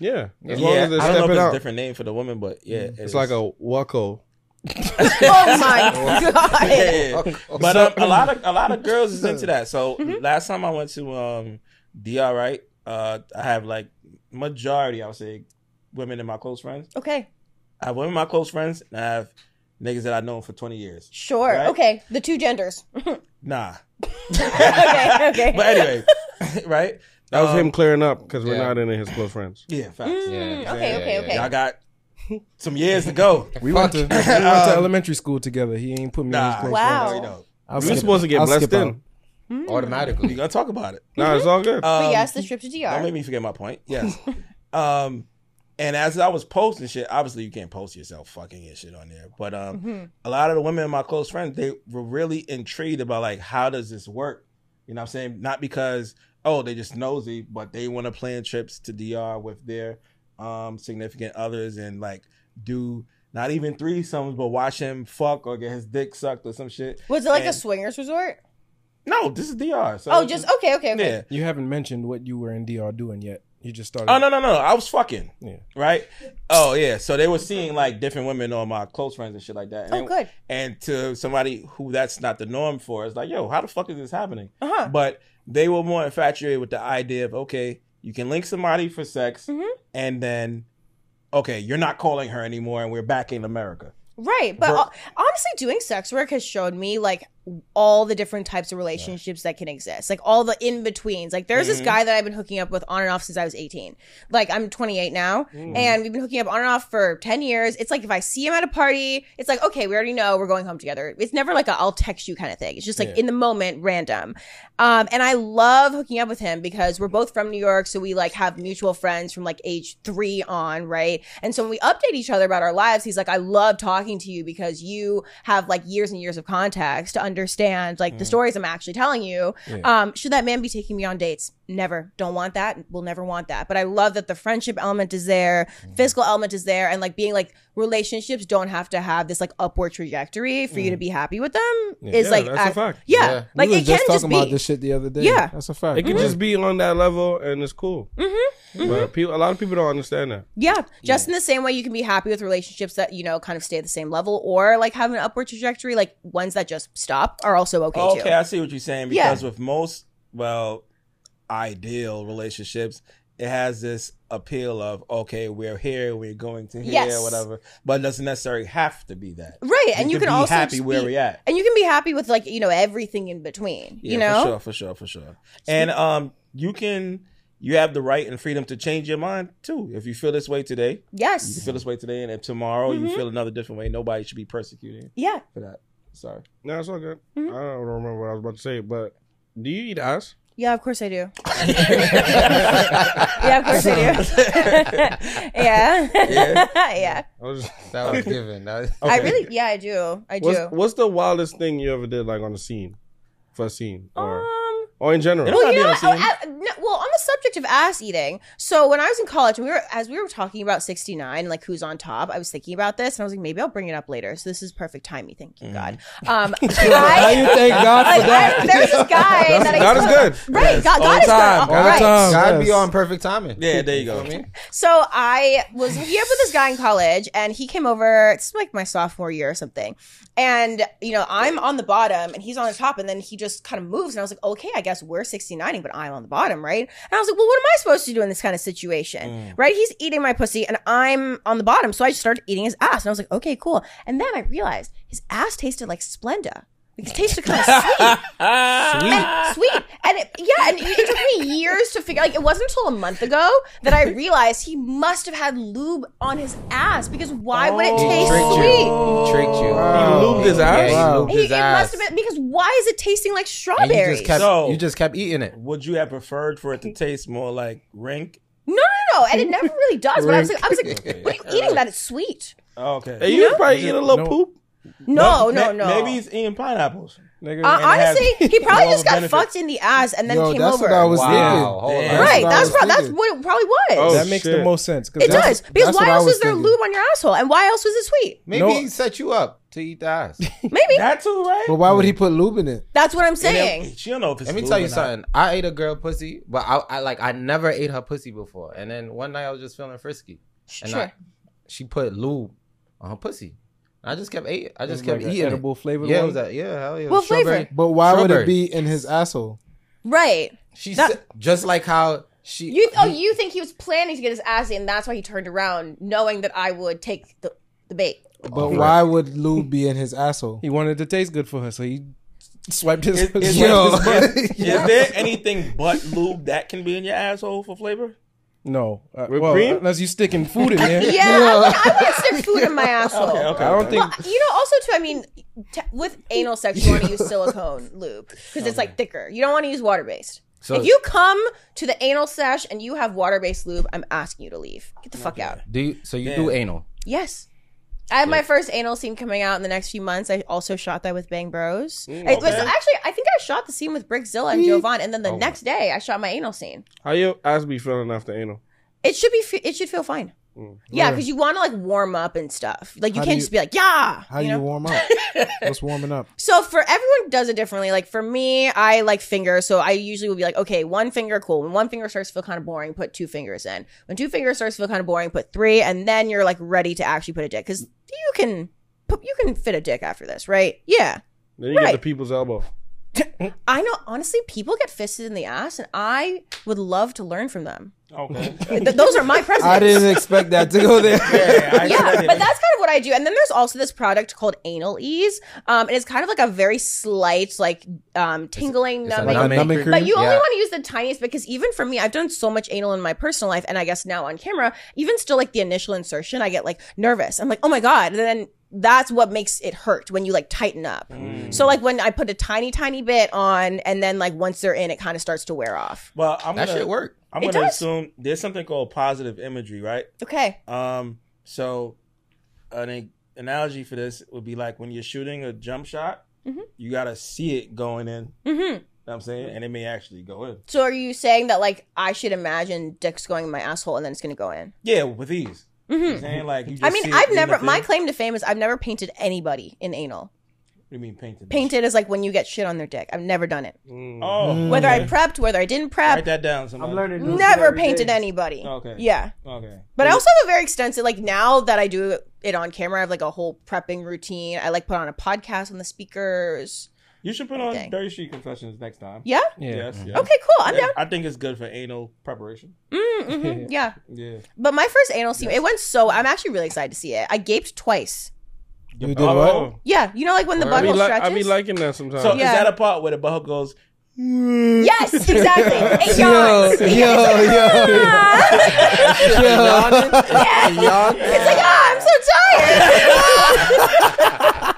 Yeah. As Yeah, long as I they're don't know if stepping it's a out. different name for the woman, but yeah, it It's is. like a wacko. oh my god. Yeah. but um, a lot of a lot of girls is into that. So last time I went to um DR right, uh, I have like majority I would say women in my close friends. Okay. I have women in my close friends, and I have niggas that I've known for twenty years. Sure. Right? Okay. The two genders. Nah, okay. Okay. but anyway, right? That was Um, him clearing up because we're yeah. not in his close friends. Yeah, facts. Yeah. Mm, okay, Yeah, okay, yeah, okay. Y'all got some years to go. We went to we Fuck. went to elementary school together. He ain't put me in his Nah, close Wow. friends. no, you don't. I'll We were skip- supposed to get I'll blessed skip out. in. We automatically. gonna talk about it. Nah, it's all good. Um, but yes, the trip to DR. Don't make me forget my point. Yes. um, and as I was posting shit, obviously you can't post yourself fucking and shit on there. But um, Mm-hmm. a lot of the women, my close friends, they were really intrigued about like how does this work? You know what I'm saying? Not because oh they just nosy, but they want to plan trips to DR with their um significant others and like do not even threesomes, but watch him fuck or get his dick sucked or some shit. Was it like a And- swingers resort? No, this is DR. So Oh, just okay, okay, okay. yeah. You haven't mentioned what you were in DR doing yet. You just started. Oh no no no! I was fucking. Yeah. Right. Oh yeah. So they were seeing like different women on my close friends and shit like that. And, Oh, good. And to somebody who that's not the norm for, it's like, yo, how the fuck is this happening? Uh-huh. But they were more infatuated with the idea of okay, you can link somebody for sex, Mhm. and then okay, you're not calling her anymore, and we're back in America. Right, but Ver- ho- honestly, doing sex work has showed me like all the different types of relationships that can exist, like all the in betweens. Like, there's this Mhm. guy that I've been hooking up with on and off since I was 18. Like, I'm 28 now, and we've been hooking up on and off for 10 years. It's like if I see him at a party, it's like okay, we already know we're going home together. It's never like a I'll text you kind of thing. It's just like in the moment, random. Um, and I love hooking up with him because we're both from New York, so we like have mutual friends from like age three on, right? And so when we update each other about our lives, he's like, I love talking to you because you have like years and years of contacts to understand like the stories I'm actually telling you. Um, should that man be taking me on dates? Never. Don't want that. We'll never want that. But I love that the friendship element is there, physical element is there, and like being like relationships don't have to have this like upward trajectory for you to be happy with them is Yeah, like that's a act- fact. Yeah, Yeah. like we was it can just just talking be. about this shit the other day. Yeah. that's a fact. Mm-hmm. It could just be on that level, and it's cool. Mm-hmm. But people, a lot of people don't understand that. Yeah, just in the same way you can be happy with relationships that you know kind of stay at the same level or like have an upward trajectory, like ones that just stop are also okay, Okay, too. I see what you're saying Yeah. because with most well ideal relationships, it has this appeal of okay, we're here, we're going to here, Yes. whatever, but it doesn't necessarily have to be that. Right, and you can, be also happy just where be, we're at. and you can be happy with like you know everything in between. Yeah, you know, for sure, for sure, for sure. And um, you can you have the right and freedom to change your mind too if you feel this way today. You can yes, feel this way today, and if tomorrow Mm-hmm. you feel another different way, nobody should be persecuting yeah. for that. Sorry. No, it's all good. I don't remember what I was about to say, but do you eat ass? Yeah, of course I do. yeah, of course I do. yeah. yeah. I was That was given. That was- I really, yeah, I do. I do. what's, what's the wildest thing you ever did, like on a scene, for a scene, or um, or in general? Well, Well, you know, Goddamn, what? Oh, uh, no, well, on the subject of ass eating, so when I was in college, we were as we were talking about sixty nine, like who's on top. I was thinking about this, and I was like, maybe I'll bring it up later. So this is perfect timing. Thank you, God. Um, How Mm. you I, thank God like, for that? I, there's this guy that I God is good. Right, God, God on is good. time, All right. time. God be Oh, Yes. on perfect timing. Yeah, there you go. So I was hooking up with this guy in college, and he came over. It's like my sophomore year or something, and you know I'm on the bottom, and he's on the top, and then he just kind of moves, and I was like, okay, I guess we're 69ing, but I'm on the bottom, right? And I was like, well, what am I supposed to do in this kind of situation, right? He's eating my pussy, and I'm on the bottom, so I just started eating his ass, and I was like, okay, cool. And then I realized his ass tasted like Splenda. Like, It tasted kind of sweet. And sweet. And it, yeah, and it, it took me years to figure. Like it wasn't until a month ago that I realized he must have had lube on his ass because why would it Oh. taste Tricked sweet? you. He tricked you. Oh, Wow. He lubed his ass? Yeah, he Wow. lubed He- his it ass. must have been because why is it tasting like And you strawberries? just kept So- you just kept eating it. Would you have preferred for it to taste more like rink? no, no, no, and it never really does. But I was like, I was like, what are you eating? That it's sweet. Oh, okay. Hey, you probably eat a little No. poop. No, no, Ma- no. Maybe he's eating pineapples. Nigga, Uh, it has honestly, he probably all just the got benefits. fucked in the ass and then Yo, came that's over. what I was Wow. Hold Damn. on. right, that's That's what what I was that's thinking. what it probably was. Oh, that makes the shit. most sense. 'cause It that's- does because that's why what I else was was there thinking. lube on your asshole, and why else was it sweet? Maybe No. he set you up to eat the ass. Maybe That too, right? But why would he put lube in it? that's what I'm And saying. then- She don't know if it's Let me lube tell you or not. something. I ate a girl pussy, but I, I like I never ate her pussy before. And then one night I was just feeling frisky, and Sure. I, she put lube on her pussy. I just kept eating. I It was just kept like a eating. it. edible flavored Yeah, one? it was that. Yeah, hell yeah. What flavor? Strawberry. But why would Strawberry. it be in his asshole? Right. She That- said, just like how she. You oh you think he was planning to get his ass in? That's why he turned around, knowing that I would take the the bait. But why would lube be in his asshole? He wanted to taste good for her, so he Swiped his. Is, is- Yo. is- is- is Yeah. there anything but lube that can be in your asshole for flavor? no, uh, Whipped well, cream? unless you sticking food in there. Yeah, I would- I would stick food in my asshole. Okay, okay. I don't think. You know, also too. I mean, t- with anal sex, you want to use silicone lube because it's like thicker. You don't want to use water based. So- if you come to the anal sesh and you have water based lube, I'm asking you to leave. Get the fuck out. Do you, so you do Yeah. anal? Yes. I have my first anal scene coming out in the next few months. I also shot that with Bang Bros. I- okay. so actually, I think I shot the scene with Brickzilla and Jovan, and then the next day I shot my anal scene. How your ass be feeling after anal? It should be. fe- It should feel fine. Yeah, because you want to like warm up and stuff. Like you How do can't you- just be like, yeah. How you do know? you warm up? What's warming up? So for everyone does it differently. Like for me, I like fingers, so I usually would be like, okay, one finger, cool. When one finger starts to feel kind of boring, put two fingers in. When two fingers starts to feel kind of boring, put three, and then you're like ready to actually put a dick because you can, put- you can fit a dick after this, right? Yeah, Then you Right. get the people's elbow. I know. Honestly, people get fisted in the ass, and I would love to learn from them. Okay. Th- those are my presents. I didn't expect that to go there. Yeah, I yeah, expected but it. that's kind of what I do. And then there's also this product called Anal Ease. Um, and it's kind of like a very slight, like um, tingling, It's a numbing. numbing cream. but you only Yeah. want to use the tiniest because even for me, I've done so much anal in my personal life, and I guess now on camera, even still like the initial insertion, I get like nervous. I'm like, oh my god, and then that's what makes it hurt when you like tighten up. So like when I put a tiny, tiny bit on, and then like once they're in, it kind of starts to wear off. Well, I'm That gonna, shit work. I'm It gonna does. assume there's something called positive imagery, right? Okay, Um, so an a- analogy for this would be like when you're shooting a jump shot, Mm-hmm. you gotta see it going in. Mm-hmm. Know what I'm saying, and it may actually go in. so are you saying that like I should imagine dicks going in my asshole and then it's gonna go in? Yeah, with ease. You know what I'm saying? Like, you just Mm-hmm. Mm. see I mean, it I've in the never. thing. My claim to fame is I've never painted anybody in anal. What do you mean painted? Painted is like when you get shit on their dick. I've never done it. Oh, Whether I prepped, whether I didn't prep, write that down. Somebody. never painted anybody. Okay. Yeah. Okay. But I also have a very extensive, like now that I do it on camera, I have like a whole prepping routine. I like put on a podcast on the speakers. You should put on Okay. Dirty Sheet Confessions next time. Yeah. Yes. Mm-hmm. yes. Okay, cool. I'm Yeah, down. I think it's good for anal preparation. Mhm, Yeah. Yeah. But my first anal scene, it went so, I'm actually really excited to see it. I gaped twice. You did what? Oh, Yeah. You know, like when the I be, butthole li- I stretches? be liking that sometimes. So Yeah. is that a part where the butthole goes? yes, exactly. It Yo, yawns. yo, yo, yo. It's like, ah, I'm so tired.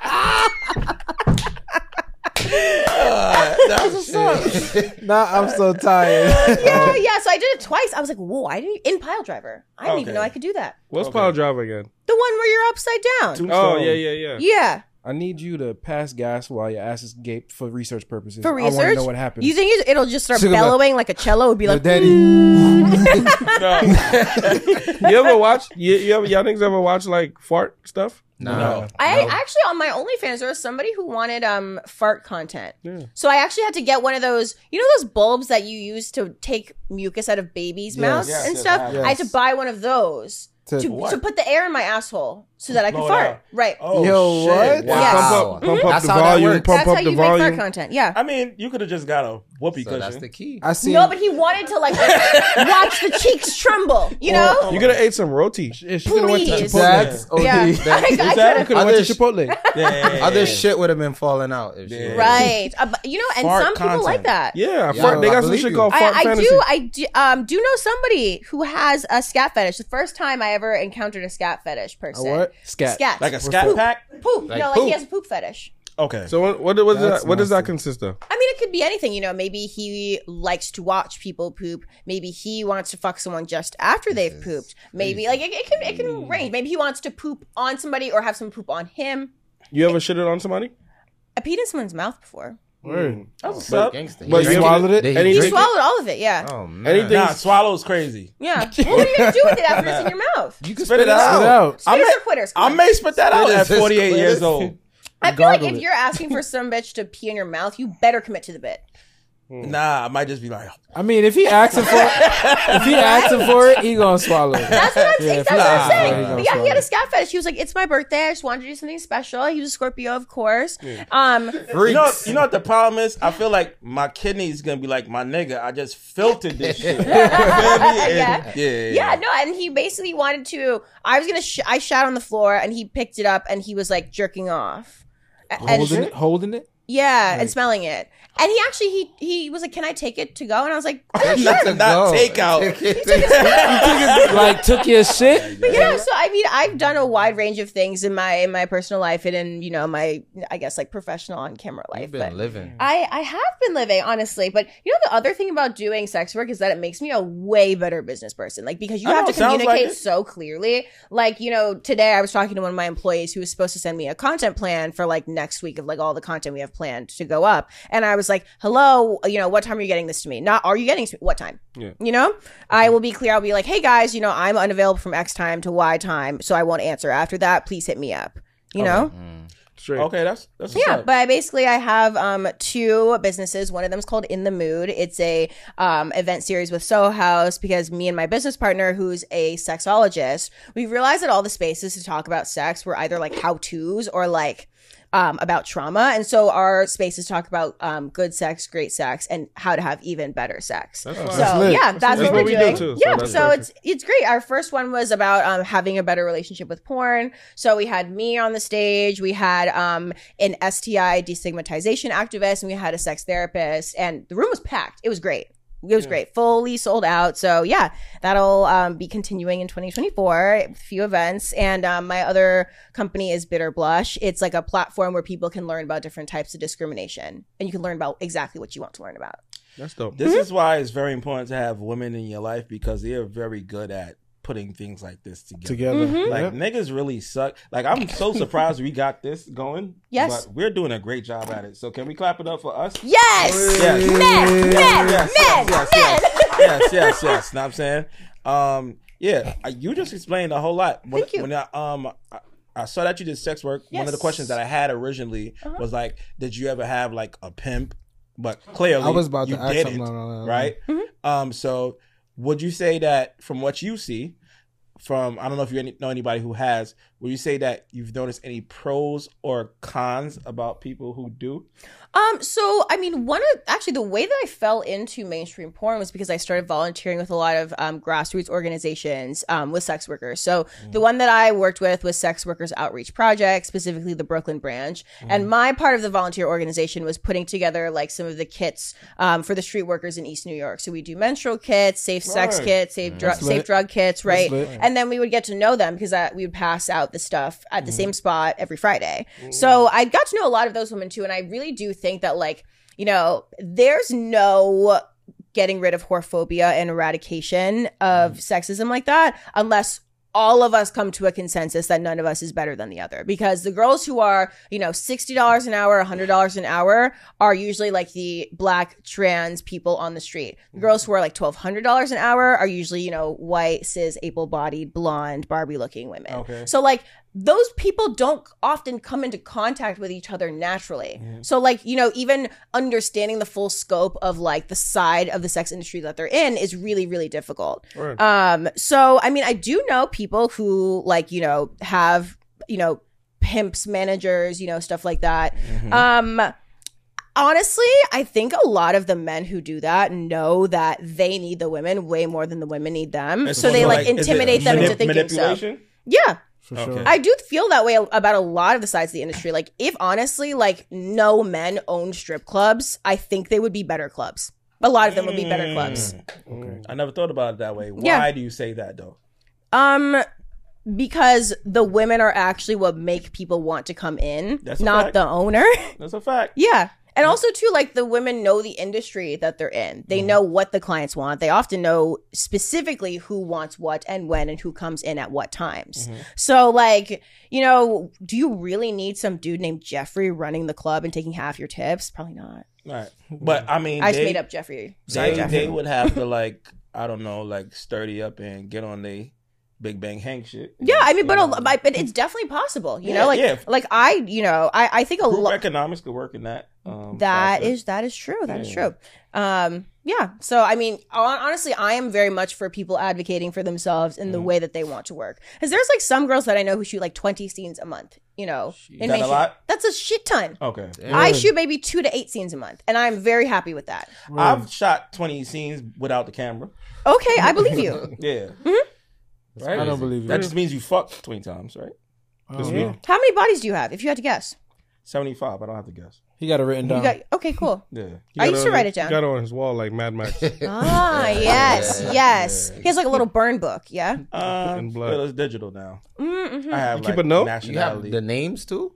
Ah, Nah, I'm so tired. yeah, yeah. So I did it twice. I was like, whoa, I didn't in pile driver. I didn't even Okay. know I could do that. What's pile drive again? The one where you're upside down. Oh yeah, yeah, yeah. Yeah. I need you to pass gas while your ass is gaped for research purposes. For I want to research. know what happens. You think it- it'll just start Sugar bellowing like a cello? It would be Yo, like, "Mm." daddy. You ever watch? You, you ever y'all niggas ever watch like fart stuff? No. I actually on my OnlyFans there was somebody who wanted um fart content. Yeah. So I actually had to get one of those, you know, those bulbs that you use to take mucus out of babies' mouths yes, and yes, stuff. I have. I had to Yes. buy one of those to, To to, what? put the air in my asshole so that I could Blow it fart. out. Right. Oh Yo, shit. what? Wow. Yes. Pump up, pump up That's the how that volume. works. Pump That's up how the you make fart volume. content. Yeah. I mean, you could have just got a whoopee So that's cushion. the key. I seen. No, but he wanted to like watch the cheeks tremble, Oh, you know? You could have ate some roti. Yeah, she could have went to Please. Chipotle. That's OD. yeah. I, I She could've- could have went to Others- Chipotle. Yeah, yeah, yeah, Other yeah. shit would have been falling out. If she Yeah. would've- right. Uh, but, you know, and Fart some people content. like that. Yeah, Yeah, fart. They I got some believe shit you. called fart I, I fantasy. do. I do, um, do know somebody who has a scat fetish. The first time I ever encountered a scat fetish person. what? Scat. Scat. like a scat pack. poop. Like no, like he poop. has a poop fetish. Okay. So what? What, what, does That's that, what does that nasty. consist of? I mean, it could be anything. You know, maybe he likes to watch people poop. Maybe he wants to fuck someone just after they've pooped. Maybe like it, it can it can range. Maybe he wants to poop on somebody or have some poop on him. You ever shitted on somebody? Mm, I peed in someone's mouth before. That was what's up. Gangsta. But He you drank swallowed it? Did And he He drink swallowed- swallowed all of it. Yeah, it? Oh man. Anything- Nah, swallow's crazy. yeah. Well, what are you gonna do with it after it's in your mouth? You can Spit it Get out. out. I Spitters may, or quitters? Come I on. may spit that out Spit at is just 48 years quitters. old. I feel like gargle if it. you're asking for some bitch to pee in your mouth, you better commit to the bit. Nah, I might just be like, I mean, if he asks him for it, if he asks him for it, he gonna swallow. it. That's what I'm, Yeah, that's if he what I'm asks for it, saying. he gonna But yeah, he swallow had a it. scat fetish. He was like, "It's my birthday. I just wanted to do something special." He was a Scorpio, of course. Um, you know, you know what the problem is? I feel like my kidney's gonna be like my nigga. I just filtered this shit. You feel me? Yeah. And- yeah. yeah, no, and he basically wanted to. I was gonna. Sh- I shot on the floor, and he picked it up, and he was like jerking off. A- And Holding it, holding it. Yeah, and smelling it. And he actually he he was like, "Can I take it to go?" And I was like, Not, not takeout. like took your shit. yeah so i mean i've done a wide range of things in my in my personal life and in you know my i guess like professional on camera life You've been but living. I, I have been living honestly but you know the other thing about doing sex work is that it makes me a way better business person like because you I have know, to it sounds like communicate it. so clearly like you know today i was talking to one of my employees who was supposed to send me a content plan for like next week of like all the content we have planned to go up and i was like hello you know what time are you getting this to me not are you getting this to me? what time you know, Mm-hmm. I will be clear. I'll be like, hey guys, you know, I'm unavailable from X time to Y time, so I won't answer. After that, please hit me up. You Mm-hmm. know? Straight. Okay, that's that's what's Yeah, up. but I basically I have um two businesses. One of them is called In the Mood. It's a um event series with Soho House because me and my business partner, who's a sexologist, we realized that all the spaces to talk about sex were either like how tos or like um, about trauma, and so our spaces talk about um, good sex, great sex, and how to have even better sex. fine. so That's lit. yeah, that's, That's what, what we're we do doing. too, so yeah, so, that's perfect. it's it's great. Our first one was about um, having a better relationship with porn. So we had me on the stage, we had um, an STI destigmatization activist, and we had a sex therapist, and the room was packed. It was great. It was great, fully sold out. So yeah, that'll um, be continuing in 2024. A few events, and um, my other company is Bitter Blush. It's like a platform where people can learn about different types of discrimination, and you can learn about exactly what you want to learn about. That's dope. This is why it's very important to have women in your life because they are very good at putting things like this together. together. Mm-hmm. Like niggas really suck. Like I'm so surprised we got this going. Yes. but we're doing a great job at it. So can we clap it up for us? Yes, Yes. men, men, Yes, yes, men, men. yes, yes, yes. Know what I'm saying? Um, yeah, uh, you just explained a whole lot. When, Thank you. When I, um, I, I saw that you did sex work. One of the Yes. Uh-huh. questions that I had originally was like, did you ever have like a pimp? But clearly, I was about you to ask didn't, something along that right? Um, so would you say that from what you see, from I don't know if you any, know anybody who has, would you say that you've noticed any pros or cons about people who do? Um, so I mean, one of actually the way that I fell into mainstream porn was because I started volunteering with a lot of um, grassroots organizations um, with sex workers. So Mm. the one that I worked with was Sex Workers Outreach Project, specifically the Brooklyn branch. Mm. And my part of the volunteer organization was putting together like some of the kits um, for the street workers in East New York. So we do menstrual kits, safe sex Right. kits, safe drug safe lit. drug kits, right? lit. And then we would get to know them because uh, we would pass out the stuff at Mm-hmm. the same spot every Friday. So I got to know a lot of those women too. And I really do think that, like, you know, there's no getting rid of whorephobia and eradication of Mm-hmm. sexism like that unless all of us come to a consensus that none of us is better than the other because the girls who are you know $60 an hour $100 an hour are usually like the black trans people on the street the girls who are like $1200 an hour are usually you know white cis able-bodied blonde barbie looking women Okay. so like those people don't often come into contact with each other naturally. So like, you know, even understanding the full scope of like the side of the sex industry that they're in is really really difficult. Word. Um so I mean, I do know people who like, you know, have, you know, pimps, managers, you know, stuff like that. Mm-hmm. Um honestly, I think a lot of the men who do that know that they need the women way more than the women need them. It's so they more is like, it intimidate them into manip- thinking so. manipulation. Yeah. For sure. Okay. I do feel that way about a lot of the sides of the industry. Like, if honestly, like, no men own strip clubs, I think they would be better clubs. A lot of them would be better Mm. clubs. I never thought about it that way. Why Yeah. do you say that though? Um, because the women are actually what make people want to come in, That's a not fact. the owner. That's a fact. yeah. And also, too, like the women know the industry that they're in. Mm-hmm. They know what the clients want. They often know specifically who wants what and when and who comes in at what times. Mm-hmm. So, like, you know, do you really need some dude named Jeffrey running the club and taking half your tips? Probably not. Right. But I mean, I they, just made up Jeffrey. Sorry, they, Jeffrey. they would have to like I don't know, like sturdy up and get on they Big Bang Hank shit. yeah, I mean, but You a, know, but but it's definitely possible. You Yeah, know, like yeah. like I, you know, I I think a group lot. economics could work in that. Um, That facet. is that is true. That Yeah. is true. Um, yeah. So I mean, hon- honestly, I am very much for people advocating for themselves Mm-hmm. in the way that they want to work. Because there's like some girls that I know who shoot like 20 scenes a month. You know, in Is that a mainstream. lot? That's a shit ton. okay. I shoot maybe two to eight scenes a month, and I'm very happy with that. I've shot twenty scenes without the camera. Okay, I believe you. Yeah, I don't believe Uh-huh. that it. just means you fucked twenty times, right? I don't know. How many bodies do you have, if you had to guess? 75. I don't have to guess. He got it written You down. got okay, cool. Yeah. He I got used to on- write it down. Got on his wall like Mad Max. Ah, yes, Yeah. yes. He has like a little burn book. Yeah. Um, blood. but it's digital now. Mm-hmm. I have You keep like, a note? You You have nationality. the names too.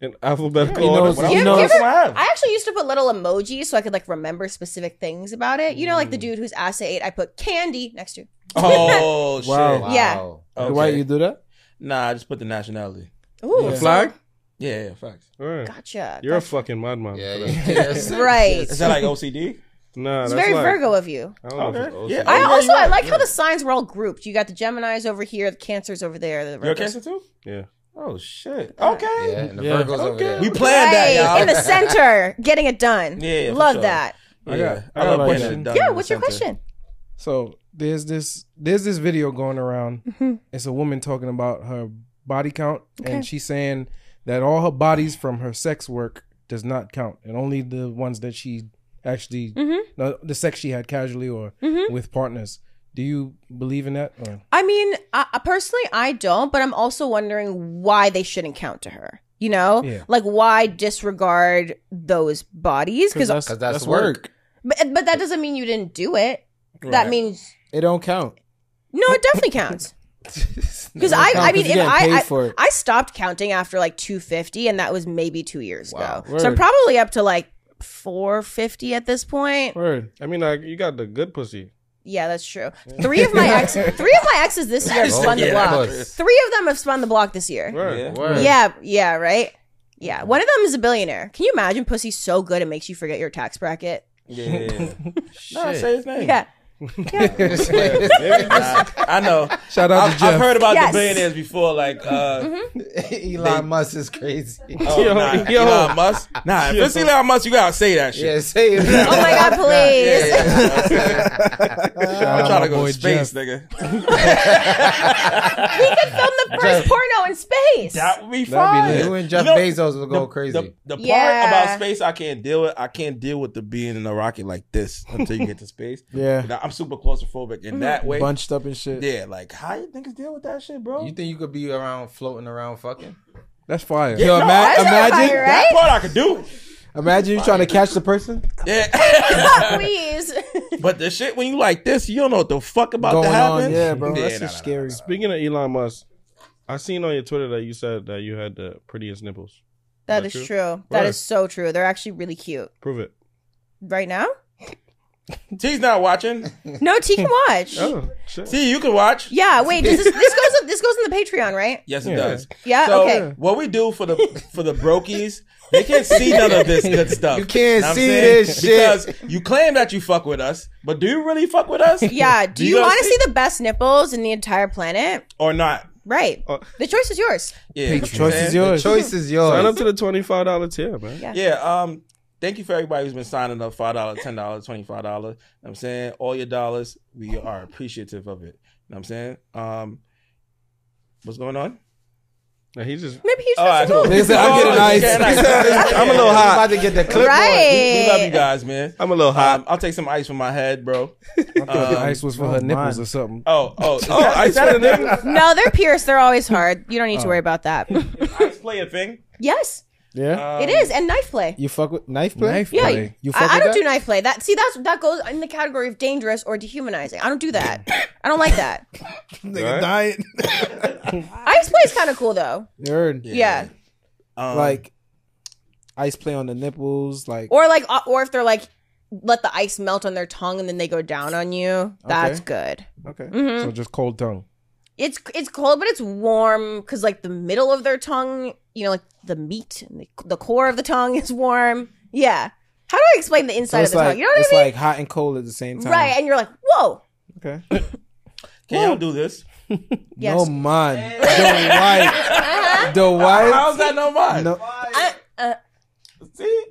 in alphabetical He order. knows- What he else- knows- what else do I have? I actually used to put little emojis so I could like remember specific things about it. You know, like the dude whose ass I ate, I put candy next to. Oh shit! Wow. Yeah. Wow. Okay. Why you do that? Nah, I just put the nationality. Ooh, so- The Flag? Yeah, yeah, facts. All right. Gotcha. You're a gotcha. fucking madman. Yeah, for yeah. that. Yes. Right. Yes. Is that like OCD? Nah, it's that's very like, Virgo of you. I don't know if it's Okay. OCD. Yeah, I you're also I right, like how the signs were all grouped. You got the Gemini's over here, the Cancers over there. The You're a Virgos. cancer too? Yeah. Oh shit. Okay. Yeah, and the Yeah. Virgos over Okay. there. We planned Uh, Right, that, y'all. in the center, getting it done. Yeah, for love sure. that. Yeah. I got- I I got love a putting question. it down Yeah, in what's the your center. question? So there's this there's this video going around. It's a woman talking about her body count, Mm-hmm. Okay. and she's saying that all her bodies from her sex work does not count, and only the ones that she actually Mm-hmm. no, the sex she had casually or with partners. Do you believe in that? Or? I mean, I, I- personally, I don't, but I'm also wondering why they shouldn't count to her. You know, Yeah. like why disregard those bodies? Because that's, 'Cause that's that's work. work. but, but that doesn't mean you didn't do it. That Right. means It don't count. no, it definitely counts. Because I, count I 'cause mean, you if getting I, paid I, for it. I stopped counting after like 250, and that was maybe two years ago. So I'm Word. probably up to like 450 at this point. Word. I mean, like you got the good pussy. Yeah, that's true. Three of my ex, three of my exes this year have Oh, spun the yeah. block. Puss. Three of them have spun the block this year. Right. Yeah. Word. Yeah, yeah, right. Yeah, one of them is a billionaire. Can you imagine pussy's so good it makes you forget your tax bracket? Yeah. yeah, yeah. nah, Shit. say his name. Yeah, Nah, I know. Shout out to I've, I've Jeff. heard about Yes. Mm-hmm. the billionaires before, like uh, Elon Musk is crazy. oh, Yo, nah, yo. Elon Musk. Nah, if it's Elon Musk, you gotta say that shit. yeah, say it. Oh my God, please. I'm out trying my to go boy to space, Jeff. nigga. we could film the first porno in space. That would be That'd fine. be lit. You and Jeff You know, Bezos will go crazy. The, the part Yeah. about space I can't deal with. I can't deal with the being in a rocket like this until you get to space. Yeah. Now, I'm super claustrophobic in that way. Bunched up and shit. Yeah, like how you niggas deal with that shit, bro? you think you could be around floating around fucking? That's fire. Yo, ima- that's imagine, fire, that right? part I could do. imagine you trying to catch the person. Yeah. Please. but the shit when you like this, you don't know what the fuck about going to happen. on. Yeah, bro. that's nah, just nah, scary. Speaking of Elon Musk, I seen on your Twitter that you said that you had the prettiest nipples. that that is true? true. That Word. is so true. They're actually really cute. Prove it. Right now? nah. T's not watching. No, T can watch. Oh shit. T, you can watch. Yeah, wait. Does this, this goes this goes in the Patreon, right? Yes, it Yeah. does. Yeah. So Uh, okay. what we do for the for the brokies, they can't see none of this good stuff. You can't Know what I'm see saying? this because shit. you claim that you fuck with us, but do you really fuck with us? Yeah. Do, you, guys want to see the best nipples in the entire planet? or not? Right. Oh. Uh, the choice is yours. Yeah, The choice is yours. Choice is Sign up yours. to the twenty five dollar tier, man. Yeah. Yeah. Um. Thank you for everybody who's been signing up five dollars, ten dollars, twenty five dollars. I'm saying all your dollars, we are appreciative of it. You know what I'm saying? Um. What's going on? And he just Maybe he's just All right, cool. They said, I'm getting Oh, ice. getting ice. I'm a little I'm hot. about to get the clip. We love you right. guys, man. I'm a little hot. Um, I'll take some ice from my head, bro. I thought the Um, ice was for oh, her nipples mine. or something. Oh, oh, is Oh, that, I is that a said thing? it. No, they're pierced. They're always hard. You don't Oh. need to worry about that. Ice play a thing. yes, Yeah. Um, it is. And knife play. You fuck with knife play? Knife Yeah, play. You fuck I, I with don't that? do knife play. That see, that's that goes in the category of dangerous or dehumanizing. I don't do that. I don't like that. Right? dying. Ice play is kind of cool though. Nerd. Yeah. Um, Like ice play on the nipples. Like Or like, uh, or if they're like, let the ice melt on their tongue and then they go down on you. That's good. Mm-hmm. okay. So just cold tongue. It's it's cold, but it's warm because like the middle of their tongue, you know, like the meat, and the, the core of the tongue is warm. Yeah. How do I explain the So inside of it's the like tongue? You know what I it's mean? like uh, hot and cold at the same time. right. And you're like, whoa. Okay. can y'all do this? Yes. Um, No man. Uh-huh. The white. The white. How's that no mind? No. See,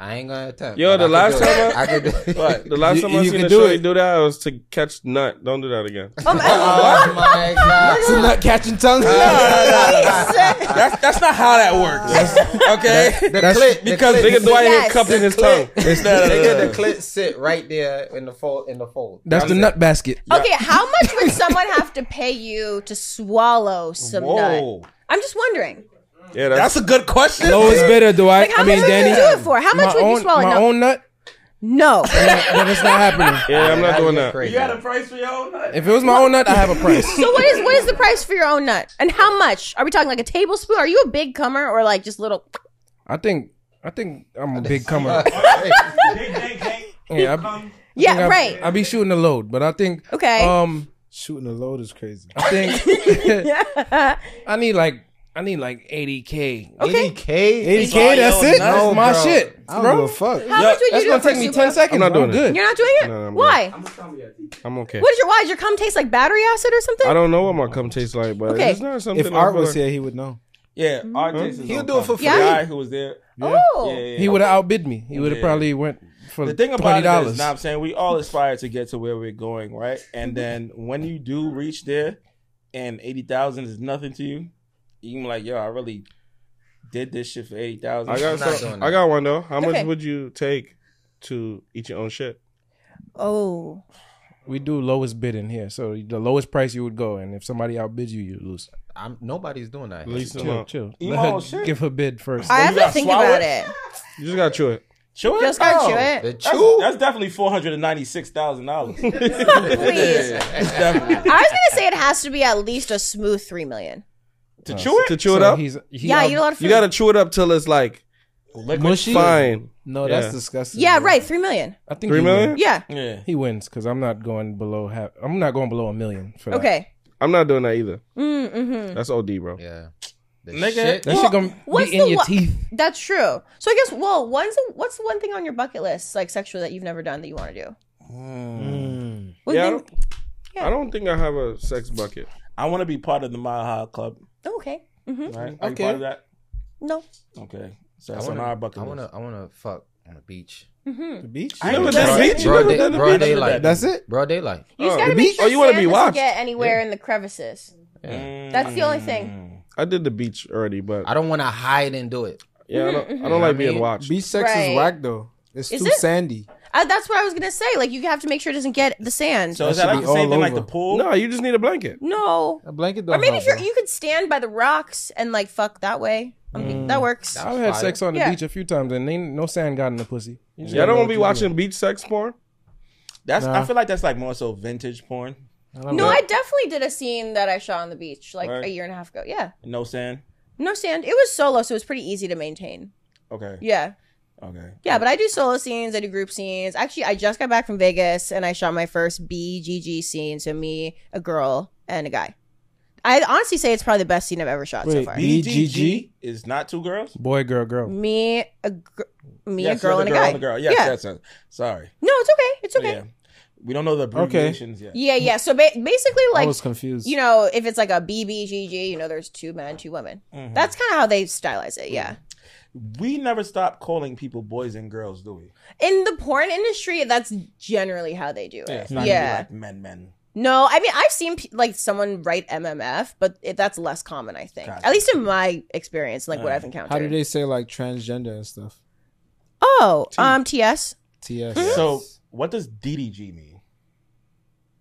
I ain't gonna attempt. Yo, but the I last could do it. time I- I could do it. what? The last You- time I you seen can a do shorty it. do that, I was to catch nut. Don't do that again. Oh my Oh my god. It's a nut catching tongue. God. That's that's not how that works. Okay, The clit, because the clit, Nigga Dwight Yes. had cup in his tongue. No, no, no, no, nigga, no. the clit sit right there in the fold. In the fold. That's the nut basket. Okay, how much would someone have to pay you to swallow some nut? Whoa. I'm just wondering. Yeah, That's that's, a good question. Lowest bidder, do I? Like, how I mean, much would Danny. you do it for? How much my would you own, swallow? my No. own nut. no. Then it's not happening. yeah, I'm not doing that. You had a price for your own nut? If it was my own nut, I have a price. so what is what is the price for your own nut? And how much? Are we talking like a tablespoon? Are you a big comer or like just little? I think. I think I'm a big comer. Yeah, I, Yeah, think I- right. I be shooting a load, but I think Okay. Um, Shooting a load is crazy. I think I need like I need like 80k. okay. 80k. 80k, that's it. That's No, my bro. shit, I don't bro. give a fuck. how much would That's you do gonna it for take me super? 10 seconds. I'm not doing it. good. You're not doing it. No, I'm Why? I'm okay. What does your why does your cum taste like battery acid or something? I don't know what my cum tastes like, but Okay. it's not something. If I Art feel was like- here, he would know. Yeah, our Jason's He'll gonna do it come. for The free. guy who was there. Oh, Yeah, yeah, He yeah. would have outbid me. He would have Yeah. probably went for The thing twenty about it dollars. is, now I'm saying we all aspire to get to where we're going, right? And then when you do reach there, and eighty thousand is nothing to you, you can be like, "Yo, I really did this shit for eighty thousand. I got not some- doing I that. got one though. How Okay. much would you take to eat your own shit? oh, we do lowest bid in here, so the lowest price you would go, and if somebody outbids you, you lose. I'm nobody's doing that. Least Chill, amount. chill. Eat Let my her own shit. Give her bid first. I you have to gotta think swallow about it? it. You just gotta chew it. Chew it? Just gotta chew Oh, it. The That's, chew. that's definitely four hundred and ninety-six thousand dollars. Please. definitely I was gonna say it has to be at least a smooth three million. to chew it. To chew it So up. he's- he yeah, out- you eat a lot of food. You gotta chew it up till it's like Mushy. fine. No, Yeah. that's disgusting. yeah, bro. right, three million. I think Three he million? wins. Yeah. Yeah. He wins because I'm not going below half. I'm not going below a million. For that. Okay. I'm not doing that either. Mm-hmm. That's OD, bro. Yeah. The Nigga. shit. That shit gonna what's be in the your wa- teeth. That's true. So I guess, well, one's the, what's the one thing on your bucket list, like sexual, that you've never done that you want to do? Mm. What Yeah, I thing- don't, I don't think I have a sex bucket. I want to be part of the Mile High Club. oh, okay. hmm Right? Are you Okay. part of that? No. Okay. So I that's on wanna- our bucket I list. wanna. I wanna fuck on the beach. Mm-hmm. The beach. I never Bro, done bro, a beach. bro, You never they- done a bro, beach? they Never like- done. That's it. Broad daylight. You just Oh, gotta the make beach? sure Oh, you wanna be Sand doesn't watched. get anywhere in the crevices. Mm. That's the only thing. I did the beach already, but I don't want to hide and do it. yeah, I don't, I mhm. don't like I being mean, watched. Beach sex Right. is whack though. It's Is too it? sandy. Uh, that's what I was gonna say. Like you have to make sure it doesn't get the sand. So is That that should like be the same all thing like the over. pool? no, you just need a blanket. no. A blanket don't Or maybe help, if you're, bro. you could stand by the rocks and like fuck that way. I don't think Mm. that works. I've had Fire. sex on the Yeah. beach a few times and ain't no sand got in the pussy. You just Yeah, gotta I don't know want to what be you watching beach sex porn. That's I Nah. feel like that's like more so vintage porn. I don't No, know. I definitely did a scene that I shot on the beach like Right. a year and a half ago. Yeah. No sand. No sand. It was solo, so it was pretty easy to maintain. Okay. Yeah. Okay. Yeah, but I do solo scenes, I do group scenes. Actually, I just got back from Vegas and I shot my first BGG scene. So, me, a girl, and a guy. I honestly say it's probably the best scene I've ever shot so Wait, far. B- BGG is not two girls. do. Boy, girl, girl. me, a gr- me, Yes, a girl, you're and the a girl guy. and the girl. Yes, yeah. yes, yes. Sorry. No, it's okay. It's okay. Yeah. We don't know the abbreviations yet. Yeah, yeah. So ba- basically, I like was confused. you know, if it's like a BBGG, you know, there's two men, two women. Mhm. That's kind of how they stylize it. Yeah. We never stop calling people boys and girls, do we? In the porn industry, that's generally how they do it. It's Yeah. not yeah. like men, men. No, I mean, I've seen p- like someone write MMF, but it, that's less common, I think. Gotcha. At least in my experience, like what Uh, I've encountered. How do they say like transgender and stuff? Oh, um, TS. TS. So what does DDG mean?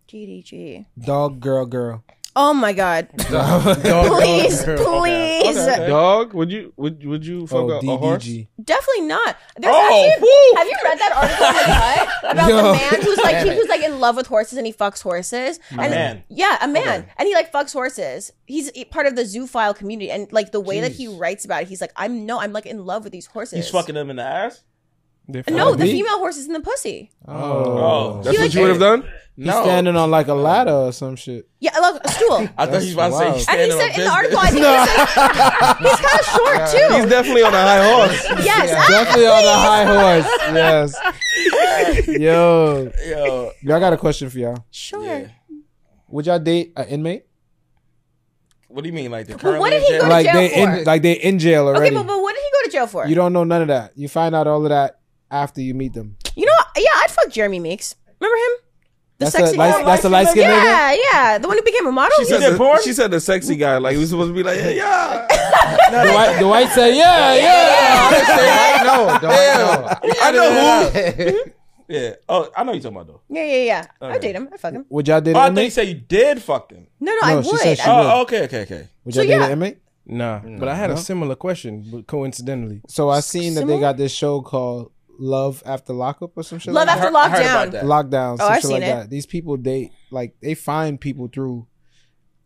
GDG. Dog, girl, girl. Oh my God. Dog, Oh, please, girl. please. Okay. Dog, would you would would you fuck Oh, a, a horse? DDG. Definitely not. There's Oh, actually, woo! have you read that article on the cut about the Yo. man who's like Damn he, it. who's like in love with horses and he fucks horses? A and man. Yeah, a man, Okay. and he like fucks horses. He's part of the zoophile community, and like the way that he writes about it, he's like, I'm no, I'm like in love with these horses. He's fucking them in the ass. They No, fuck. the Me? female horse is in the pussy. Oh, Oh. That's He what like- you would have done. He's standing on like a ladder or some shit. Yeah, I love a stool. I thought he was about to say That's he's And he standing said in the on article, business. I think he's, he's kind of short too. He's definitely on a high horse. yes, I- Definitely on the high horse. Yes. Yo, Yo, y'all got a question for y'all. sure. yeah. Would y'all date an inmate? What do you mean, like the But current? what did he go to Like jail they for? in, like they in jail okay, already. but, but what did he go to jail for? you You, don't know none of that. You find out all of that after you meet them. know, yeah, I'd fuck Jeremy Meeks. Remember him? The That's sexy a light, guy? that's a light skinned nigga. Yeah, yeah. The one who became a model? She said, did porn? the, she said the sexy guy. Like he was supposed to be like, yeah, yeah. The white, the white said, yeah, yeah. no, don't know. I know who. Yeah. Yeah. Oh, I know you're talking about though. yeah, yeah, yeah. I'd Okay. date him. I'd fuck him. Would y'all date Oh, I an thought you inmate? said you did fuck them. No, no, I No, she would. said she I- would. Oh, okay, okay, okay. Would So y'all date yeah. an inmate? Nah, but I had a similar question, but coincidentally. So I seen that they got this show called Love After Lockup or some shit. Love like after I heard about that. lockdown. that. Lockdown. some I've shit like seen it. That. These people they like they find people through.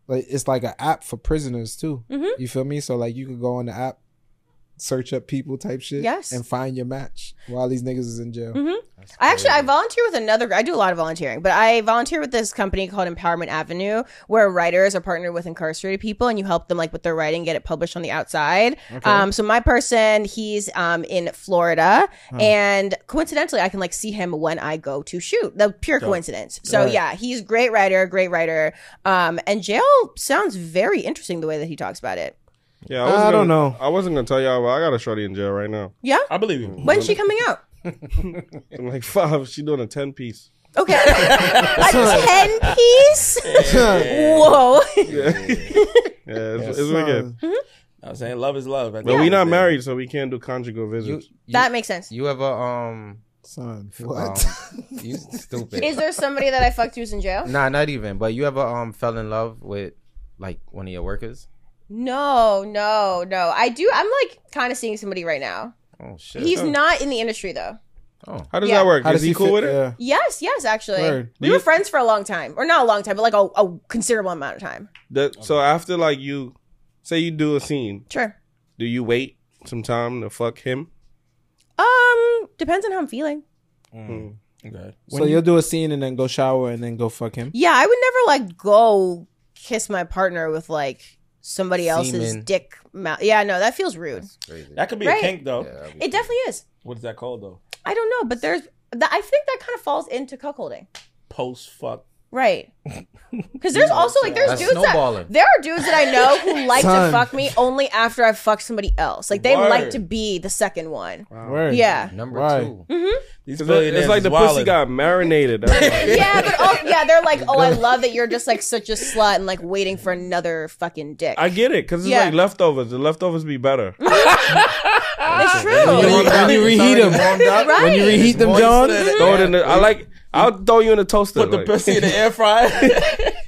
Like it's like an app for prisoners too. Mhm. You feel me? So like you could go on the app, search up people type shit, Yes. Mm. and find your match while these niggas is in jail. I actually I volunteer with another. I do a lot of volunteering, but I volunteer with this company called Empowerment Avenue, where writers are partnered with incarcerated people, and you help them like with their writing, get it published on the outside. Um, so my person, he's um in Florida, and coincidentally, I can like see him when I go to shoot. The pure coincidence. So yeah, he's great writer, great writer. Um, and jail sounds very interesting the way that he talks about it. Yeah, I, wasn't I gonna- don't know. I wasn't gonna tell y'all, but I got a shorty in jail right now. Yeah, I believe you. when's she coming out? I'm like five. She doing a ten piece. Okay, a ten piece. Whoa. Yeah, it's, it's Son, wicked. I'm saying love is love. But we not married, so we can't do conjugal You, visits. you, That makes sense. you ever um son, um, what? you stupid. Is there somebody that I fucked who's in jail? nah, not even. But you ever um fell in love with like one of your workers? No, no, no. I do. I'm like kind of seeing somebody right now. Oh shit. He's not in the industry though. How does Yeah. that work? How Is does he cool fit- with it? yeah. Yes, yes, actually. Word. We were friends for a long time. Or not a long time, but like a, a considerable amount of time. That- So after like you, say you do a scene, Sure. do you wait some time to fuck him? Um, depends on how I'm feeling. Okay. So you'll do a scene and then go shower and then go fuck him. Yeah, I would never like go kiss my partner with like somebody else's Semen. dick mouth. Yeah, no, that feels rude. Crazy. That could be Right. a kink though. Yeah, It definitely is. What is that called though? I don't know, but there's that I think that kind of falls into cuckolding. Post fuck. Right. Because there's also like there's That's dudes that snowballing. there are dudes that I know who like to Son. fuck me only after I fuck somebody else. Like they Word. like to be the second one. Word. Yeah. number Why? two. Mm. These It's like, it's billionaires like the is wildin'. pussy got marinated. That's why. Yeah, but oh yeah, they're like, oh, I love that you're just like such a slut and like waiting for another fucking dick. I get it, cause it's Yeah. like leftovers. The leftovers be better. it's true. When you, when you reheat them, Right. when you reheat them, Moist John. in it. throw it in the. I like. I'll throw you in the toaster. Put the like, pussy in the air fryer. Throw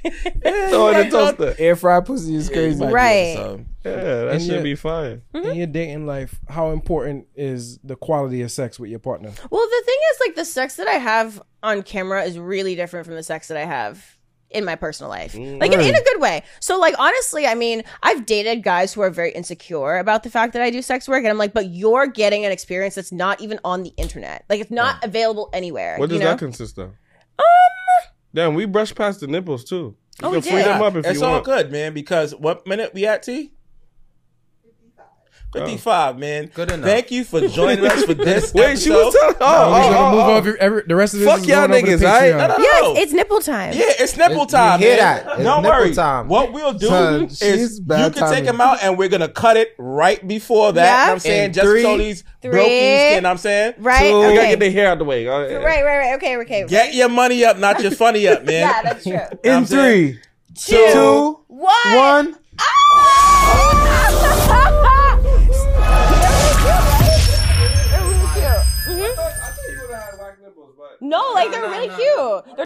it in the toaster. Air fried pussy is crazy. Right. So, Yeah, that And should yet- be fine. In your dating life, how important is the quality of sex with your partner? Well, the thing is, like, the sex that I have on camera is really different from the sex that I have in my personal life. Mm. Like, in, in a good way. So, like, honestly, I mean, I've dated guys who are very insecure about the fact that I do sex work, and I'm like, but you're getting an experience that's not even on the internet. Like, it's not available anywhere. What does you know? that consist of? Um. Damn, we brushed past the nipples too. Oh, You can we free did. them up if it's you all want. good, man. Because what minute we at T? Uh, 55, man. Good enough. Thank you for joining us for this. Wait, she was episode. telling. Oh, oh, We're gonna oh, move oh. over every, the rest of this. Fuck is y'all going over to niggas, alright? Patreon. No, no, Oh, Yeah, it's, it's nipple time. Yeah, it's nipple It- you time. hear man. that? It's Don't nipple worry. time. What we'll do Son, is she's bad you can take timing. them out and we're gonna cut it right before that. Yeah. You know what I'm saying In just so three- these brokies can. I'm saying Right? Ooh, We gotta okay. get the hair out the way. Oh, All right. right, right, right. Okay, okay. get your money up, not your funny up, man. Yeah, that's true. You know In what I'm saying? three, Two. two, What? one. Ah! They're really cute. They're really cute. Mhm. No, like they're really cute. They're